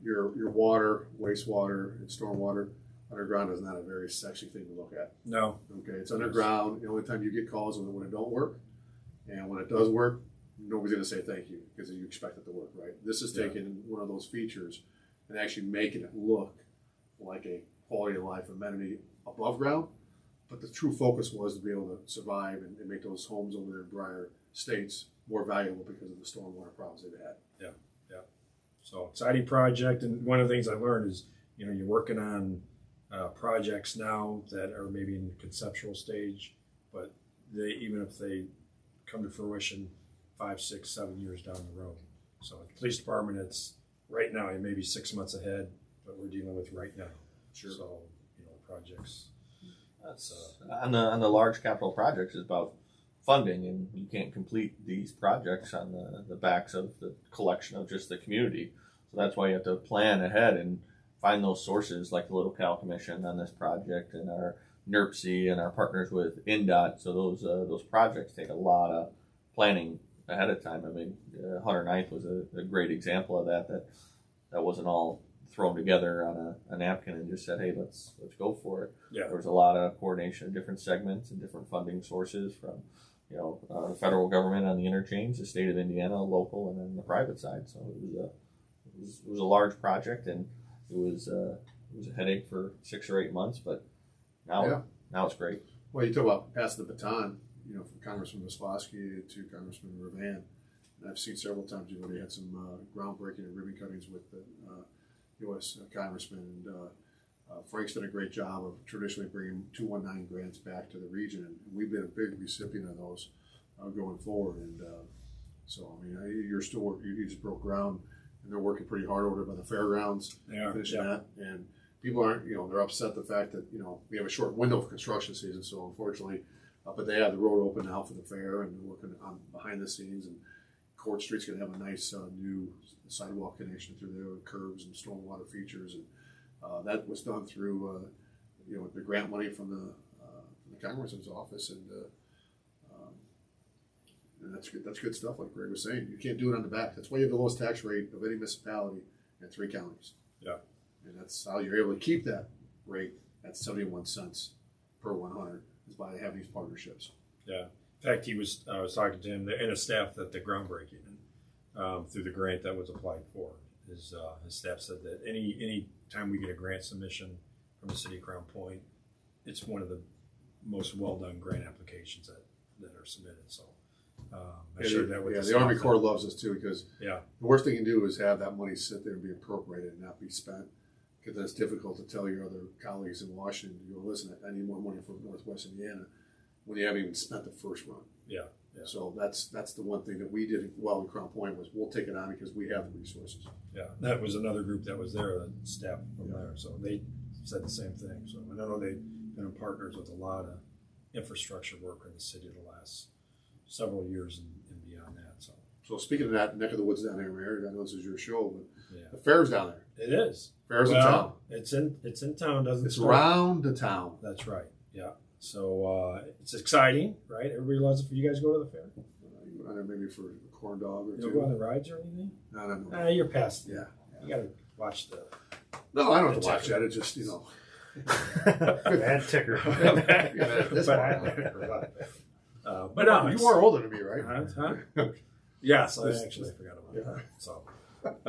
S3: your your water, wastewater, and stormwater underground is not a very sexy thing to look at.
S1: no,
S3: Okay, it's underground. The only time you get calls is when it don't work, and when it does work, nobody's gonna say thank you because you expect it to work, right? This is
S1: Yeah.
S3: taking one of those features and actually making it look like a quality of life amenity above ground. But the true focus was to be able to survive and, and make those homes over there in Briar States more valuable because of the stormwater problems they've had.
S1: So exciting project, and one of the things I learned is, you know, you're working on uh, projects now that are maybe in the conceptual stage, but they even if they come to fruition five, six, seven years down the road. So at the police department, it's right now, it may be six months ahead, but we're dealing with right now.
S3: Sure.
S1: So you know, projects.
S2: That's uh, on the on the large capital projects is about funding, and you can't complete these projects on the, the backs of the collection of just the community. So that's why you have to plan ahead and find those sources, like the Little Cal Commission on this project, and our NERPC and our partners with NDOT. So those uh, those projects take a lot of planning ahead of time. I mean, uh, 109th was a, a great example of that. That that wasn't all thrown together on a, a napkin and just said, "Hey, let's let's go for it."
S1: Yeah.
S2: There was a lot of coordination of different segments and different funding sources from, you know, uh, the federal government on the interchange, the state of Indiana, local, and then the private side. So it was a it was, it was a large project, and it was uh, it was a headache for six or eight months, but now
S3: Yeah.
S2: now it's great.
S3: Well, you talk about passing the baton, you know, from Congressman Vaslosky to Congressman Ravan. And I've seen several times you've already had some uh, groundbreaking and ribbon cuttings with the uh, U.S. Congressman and uh, uh, Frank's done a great job of traditionally bringing 219 grants back to the region, and we've been a big recipient of those uh, going forward. And uh, so, I mean, I- you're still, work- you you just broke ground, and they're working pretty hard over by the fairgrounds,
S1: Yeah.
S3: finishing that. And people aren't, you know, they're upset the fact that, you know, we have a short window for construction season, so unfortunately, uh, but they have the road open now for the fair and working on behind the scenes. And Court Street's going to have a nice uh, new sidewalk connection through there with curves and stormwater features. And uh, that was done through, uh, you know, the grant money from the, uh, from the Congressman's office. And, uh, um, and that's good. That's good stuff. Like Greg was saying, you can't do it on the back. That's why you have the lowest tax rate of any municipality in three counties.
S1: Yeah.
S3: and that's how you're able to keep that rate at seventy-one cents per one hundred is by having these partnerships.
S1: In fact, he was, I was talking to him and his staff that the groundbreaking um, through the grant that was applied for. His, uh, his staff said that any, any time we get a grant submission from the city of Crown Point, it's one of the most well-done grant applications that, that are submitted, so. um, I shared that with
S3: yeah,
S1: the
S3: the Army
S1: staff.
S3: Corps loves us too because
S1: Yeah,
S3: The worst thing you can do is have that money sit there and be appropriated and not be spent, because that's difficult to tell your other colleagues in Washington, you go, listen, I need more money for Northwest Indiana, when you haven't even spent the first run.
S1: yeah, yeah.
S3: So that's, that's the one thing that we did well in Crown Point was, we'll take it on because we have the resources.
S1: Yeah, that was another group that was there, the staff from there, so they said the same thing. So I know they've been partners with a lot of infrastructure work in the city the last several years and, and beyond that, so,
S3: So speaking of that, neck of the woods down there, Mary, I know this is your show, but
S1: yeah.
S3: the fair's down there,
S1: It is.
S3: fair's in town.
S1: It's in, it's in town, doesn't
S3: It's
S1: start-
S3: round the town.
S1: That's right, yeah. So, uh, it's exciting, right? Everybody loves it, you guys go to the fair?
S3: Uh, you went out there Maybe for a corn dog or
S1: You don't go on
S3: two.
S1: the rides or anything?
S3: No, no, no.
S1: Uh, you're past,
S3: Yeah.
S1: you gotta watch the.
S3: No, I don't have to watch that, it just, you know.
S4: Bad ticker.
S3: This
S1: But-
S3: one.
S1: Uh, but no,
S3: you
S1: it's-
S3: are older than me, right?
S1: Huh? Huh? Yes, I
S3: Just-
S1: actually forgot about
S3: yeah.
S1: that. So,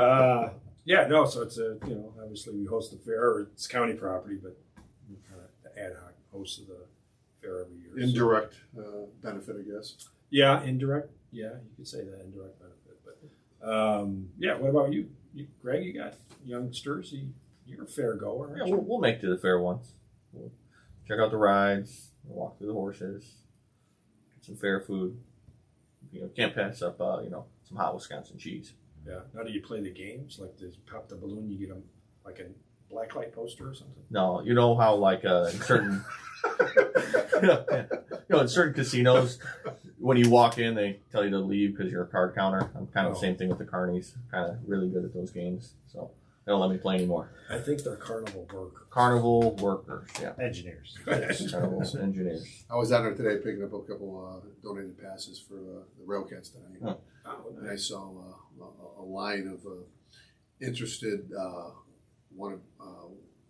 S1: uh, yeah, no. So it's a you know obviously we host the fair. or It's county property, but we kind of ad hoc host of the fair every year. so-
S3: Indirect uh, benefit, I guess.
S1: yeah, indirect. Yeah, you could say that indirect benefit. But um, yeah, what about you, you Greg? You got youngsters. You, you're a fair goer. Aren't
S2: Yeah,
S1: you?
S2: we'll, we'll make to the fair once. We'll check out the rides, we'll walk through the horses, get some fair food. You know, can't pass up, uh, you know, some hot Wisconsin cheese.
S1: Yeah. Now do you play the games like this? Pop the balloon. You get them like a black light poster or something.
S2: No, you know how like uh, in certain, you know, in certain casinos, when you walk in, they tell you to leave because you're a card counter. I'm kind of the same thing with the carnies. Kind of really good at those games, so they don't let me play anymore.
S1: I think they're carnival work.
S2: Carnival workers, yeah,
S4: Engineers.
S2: carnival engineers.
S3: I was down there today picking up a couple uh, donated passes for uh, the Railcats tonight.
S2: Huh.
S1: Oh,
S3: And I saw uh, a, a line of uh, interested uh, one uh,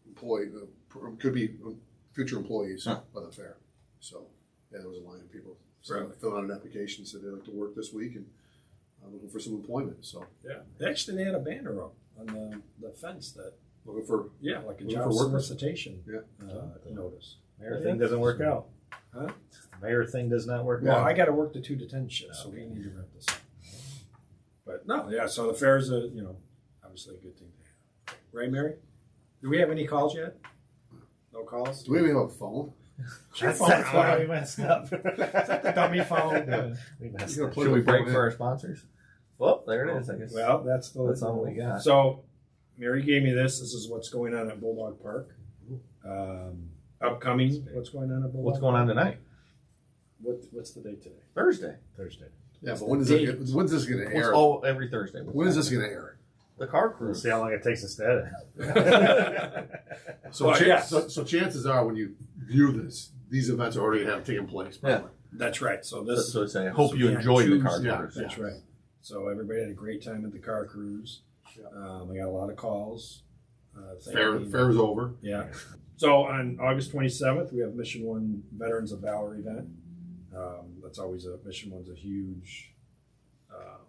S3: employee, uh, pr- could be future employees
S2: Huh.
S3: by the fair. So, yeah, there was a line of people so
S1: Really?
S3: filling out an application, said they'd like to work this week and uh, looking for some employment. So,
S1: Yeah, they actually they had a banner up on the, the fence that
S3: looking for
S1: yeah, like a
S3: Looking
S1: job
S3: for workers.
S1: solicitation
S3: Yeah.
S1: uh, notice.
S4: Mayor thing doesn't work out.
S1: Huh?
S4: Mayor thing does not work
S1: Well,
S4: out.
S1: I got to work the two to ten shift, so we need to rent this. out. But no, yeah. So the fair is a you know obviously a good thing to have. Right, Mary? Do we have any calls yet? No calls.
S3: Do we even have a phone?
S4: That's,
S1: Your
S4: that's
S1: phone's
S4: why
S1: on.
S4: we messed up.
S1: the dummy phone.
S4: We
S3: You
S4: messed
S3: gotta
S4: up.
S3: plug
S2: Should
S3: the
S2: we
S3: phone
S2: break
S3: in.
S2: for our sponsors? Well, there it is. I guess
S1: Well, that's the
S2: that's all we got.
S1: So, Mary gave me this. This is what's going on at Bulldog Park. Um, upcoming. What's going on at Bulldog?
S2: What's going on tonight?
S1: What, what's the date today?
S2: Thursday.
S4: Thursday.
S3: Yeah, but when is it?
S1: Date.
S3: gonna- When's this going to
S2: What's-
S3: air?
S2: oh, every Thursday.
S3: When is this going to air?
S2: The car
S4: We'll
S2: cruise.
S4: see how long it takes us to edit.
S3: So,
S1: Well,
S3: chan-
S1: yeah.
S3: so, so chances are, when you view this, these events are already have taken place. Probably.
S1: That's right. So this.
S2: That's what I say. I hope
S1: So
S2: you
S1: yeah,
S2: enjoyed the
S1: choose-
S2: car
S3: yeah.
S2: cruise.
S1: That's right. So everybody had a great time at the car cruise.
S3: Yeah.
S1: Um, I got a lot of calls. Uh,
S3: Fair,
S1: thanking-
S3: fair is over.
S1: Yeah. So on August 27th, we have Mission One Veterans of Valor event. Um, that's always a Mission One's a huge um,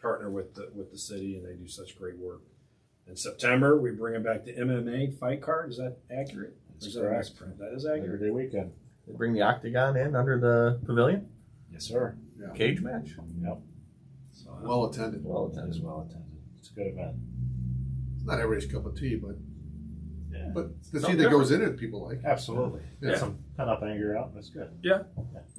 S1: partner with the with the city, and they do such great work. In September, we bring them back to MMA Fight Card. Is that accurate? Or is that a
S4: That's correct.
S1: misprint? That is
S4: Labor
S1: accurate.
S4: Day weekend.
S2: They bring the octagon in under the pavilion.
S4: Yes, sir.
S3: Yeah.
S2: Cage match.
S1: So, uh,
S3: Well attended.
S2: Well,
S4: It is well attended. It's a good event.
S3: It's not everybody's cup of tea, but
S4: Yeah.
S3: But the
S2: Something
S3: seed that goes in it, people like.
S4: Absolutely.
S3: Yeah.
S4: Get some pent up anger out. That's good.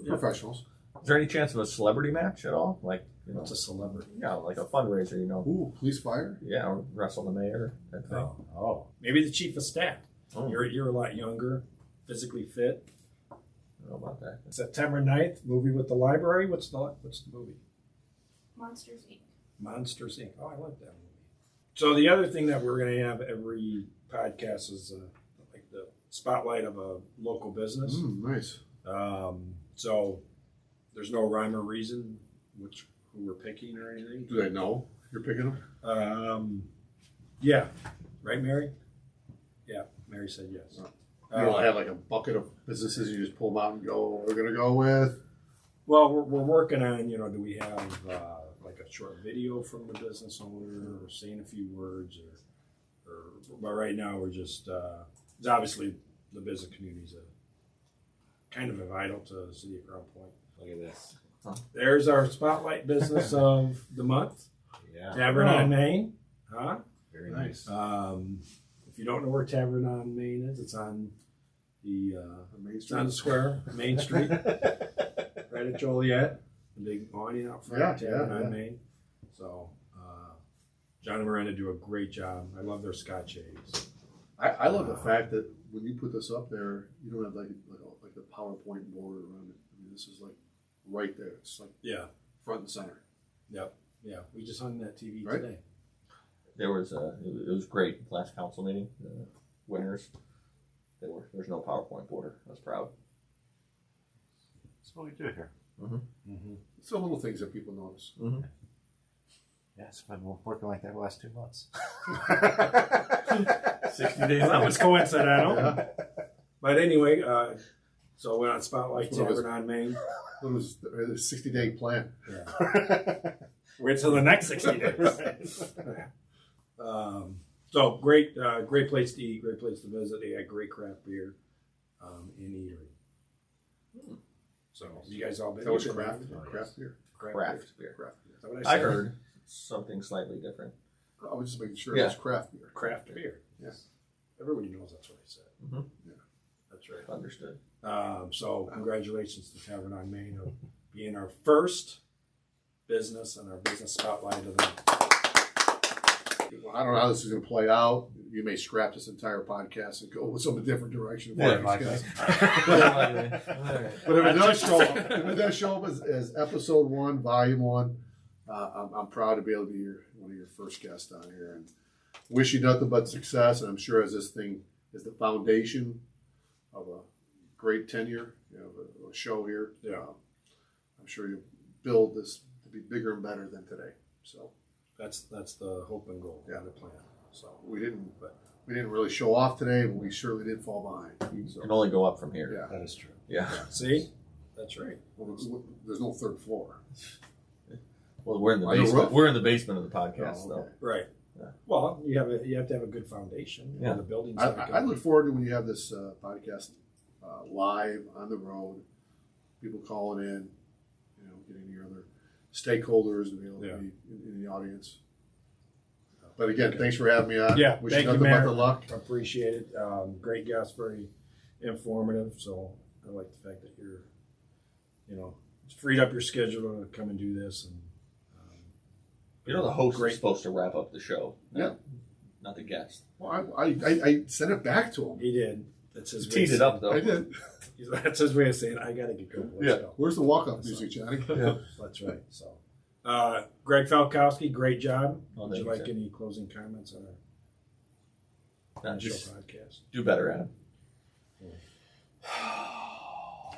S3: Professionals.
S2: Is there any chance of a celebrity match at all? Like, you know,
S1: It's a celebrity.
S2: yeah, like a fundraiser, you know?
S3: Ooh, police fire.
S2: Yeah, or wrestle the mayor. That thing.
S4: Oh,
S1: Maybe the chief of staff.
S2: Oh.
S1: You're you're a lot younger, physically fit.
S2: I don't know about that.
S1: September 9th, movie with the library. What's the what's the movie?
S5: Monsters Inc.
S1: Monsters Inc. Oh, I like that movie. So the other thing that we're going to have every podcast is uh, like the spotlight of a local business.
S3: Mm, nice.
S1: Um, so there's no rhyme or reason which who we're picking or anything.
S3: Do they know you're picking them?
S1: Um, yeah, right, Mary. Yeah, Mary said yes.
S3: You don't
S1: Uh,
S3: have like a bucket of businesses you just pull them out and go. We're gonna go with.
S1: Well, we're, we're working on, you know, do we have uh, like a short video from the business owner or saying a few words or, or but right now we're just, uh, it's obviously the business community is a kind of a vital to the city of Crown Point.
S4: look at this.
S1: There's our spotlight business of the month,
S4: Yeah.
S1: Tavern
S3: Oh.
S1: on Main. Huh?
S4: Very nice.
S3: Uh,
S1: Um, if you don't know where Tavern on Main is, it's on the uh,
S3: The Main
S1: it's on the square, Main Street. right at Joliet, the big awning out front,
S3: Yeah,
S1: yeah,
S3: yeah, yeah.
S1: on Main. So, uh, John and Miranda do a great job. I love their Scotch eggs.
S3: I, I love the fact that when you put this up there, you don't have like like, a- like the PowerPoint border around it. I mean, this is like right there. It's like
S1: Yeah,
S3: front and center.
S1: yeah. We just hung that TV
S3: Right.
S1: today.
S2: There was a, it was- it was great. Last council meeting, the winners. They were, there's no PowerPoint border. I was proud.
S4: That's what we do here.
S1: Mm-hmm.
S3: It's the little things that people notice.
S4: Yeah, it's been working like that the last two months.
S2: 60 days
S1: Well, that was coincidental.
S3: Yeah.
S1: But anyway, uh, so we're on Spotlight
S3: That's what it was.
S1: Tavern on Main.
S3: It was a sixty day plan.
S1: Yeah. Wait till the next sixty days. um, so great, uh, great place to eat, great place to visit. They got great craft beer um, in the eatery. So you guys all been?
S3: That was
S1: you've been
S3: craft,
S1: there?
S3: craft beer.
S1: Craft. beer.
S2: Craft beer.
S3: Craft beer.
S1: Is that what
S2: I
S1: said?
S2: heard something slightly different.
S3: I was just making sure it was craft beer.
S1: craft beer.
S3: Yes.
S1: Everybody knows that's what I said.
S2: Mhm.
S3: Yeah.
S1: That's right.
S2: Understood.
S1: Um, so congratulations to Tavern on Main of being our first business and our business spotlight of the.
S3: I don't know how this is going to play out. You may scrap this entire podcast and go with some different direction.
S2: Yeah,
S3: These
S4: like
S3: guys.
S2: All
S3: But
S1: That's
S3: if it does
S1: what she
S3: show up, if
S1: said.
S3: it does show up as, as episode one, volume one, uh, I'm, I'm proud to be able to be your, one of your first guests on here, and wish you nothing but success. And I'm sure as this thing is the foundation of a great tenure, you know, of a, a show here.
S1: Yeah.
S3: uh, I'm sure you build this to be bigger and better than today. So
S1: That's that's the hope and goal.
S3: Yeah.
S1: The plan. So
S3: we didn't, we didn't really show off today, but we surely did fall behind.
S2: right.
S3: So
S2: Can only go up from here.
S3: yeah,
S4: That is true.
S2: Yeah.
S1: see, that's right.
S3: Well, there's- there's no third floor.
S2: Well, we're in the
S3: Are you
S2: basement.
S3: rough?
S2: We're in the basement of the podcast,
S3: Oh,
S2: though.
S3: okay.
S1: Right.
S2: Yeah.
S1: Well, you have a, you have to have a good foundation.
S2: Yeah.
S1: The building's
S3: I,
S1: not
S3: I-
S1: gonna
S3: I look forward to when you have this uh, podcast uh, live on the road, people calling in, you know, getting your other stakeholders and being able
S1: Yeah.
S3: to be in, in the audience. But again, thanks for having me on.
S1: Yeah,
S3: Wish
S1: thank you,
S3: nothing but
S1: Mayor.
S3: the luck.
S1: appreciate it. Um, great guest, very informative. So I like the fact that you're, you know, it's freed up your schedule to come and do this. And um,
S2: You know, the host
S1: Great.
S2: is supposed to wrap up the show.
S3: Yeah.
S2: Not, not the guest.
S3: Well, I, I, I, I sent it back to him.
S1: he did. That's his way
S2: Teed
S1: of
S2: it up,
S3: I
S2: though.
S3: did.
S1: saying- That's his way of saying I got to get going. Let's
S3: Yeah.
S1: go."
S3: Where's the walk-up music, Johnny?
S2: Yeah.
S1: That's right. So, uh, Greg Falkowski, great job.
S2: Oh,
S1: Would you
S2: thank you,
S1: like any closing comments on
S2: Nah,
S1: our show
S2: just
S1: podcast?
S2: do better at
S1: Yeah,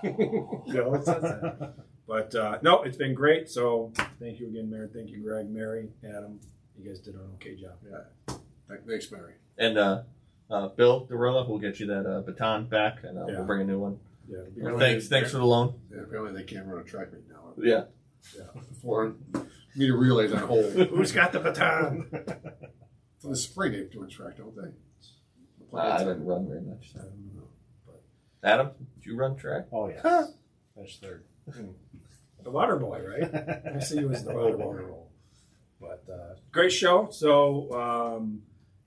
S1: it says that. But uh, no, it's been great. So thank you again, Mary. Thank you, Greg, Mary, Adam. You guys did an okay job.
S3: Th- Thanks, Mary.
S2: And uh, uh, Bill Dorilla, we'll get you that uh, baton back, and uh,
S1: Yeah.
S2: we'll bring a new one.
S1: Yeah. it'd be
S3: Yeah,
S1: great.
S2: Thanks, thanks for the loan.
S3: Yeah, apparently they can't run a track meet now.
S2: Yeah.
S3: For me to realize on hold.
S1: Who's got the baton?
S3: For the spring, they do a track, don't they?
S2: Uh, I didn't run very much.
S1: I don't know.
S2: Adam, did you run track?
S4: Oh, yes. Finish third.
S1: The water boy, right? hmm. I see you as the water boy. But uh, great show. So um,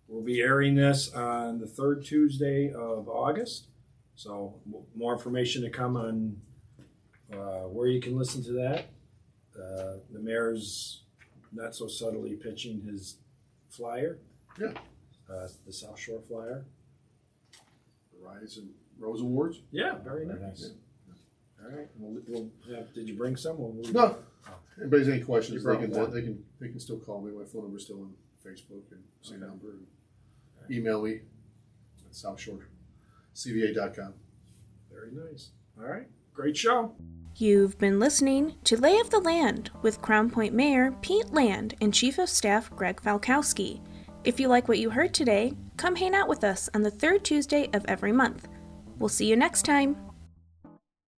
S1: We'll be airing this on the third Tuesday of August. So m- more information to come on uh, where you can listen to that. Uh, the mayor's not so subtly pitching his flyer.
S3: Yeah.
S1: Uh, the South Shore flyer.
S3: The Rise and Rose Awards.
S1: Yeah, very
S4: Very
S1: nice. All right. We'll, we'll have, did you bring some? We'll-
S3: No. Anybody's any questions,
S1: You
S3: they
S1: brought
S3: can,
S1: one.
S3: they can, they can still call me. My phone number's still on Facebook and same
S1: Okay.
S3: number. and Email me at southshorecva.com.
S1: Very nice. All right. Great show.
S6: You've been listening to Lay of the Land with Crown Point Mayor Pete Land and Chief of Staff Greg Falkowski. If you like what you heard today, come hang out with us on the third Tuesday of every month. We'll see you next time.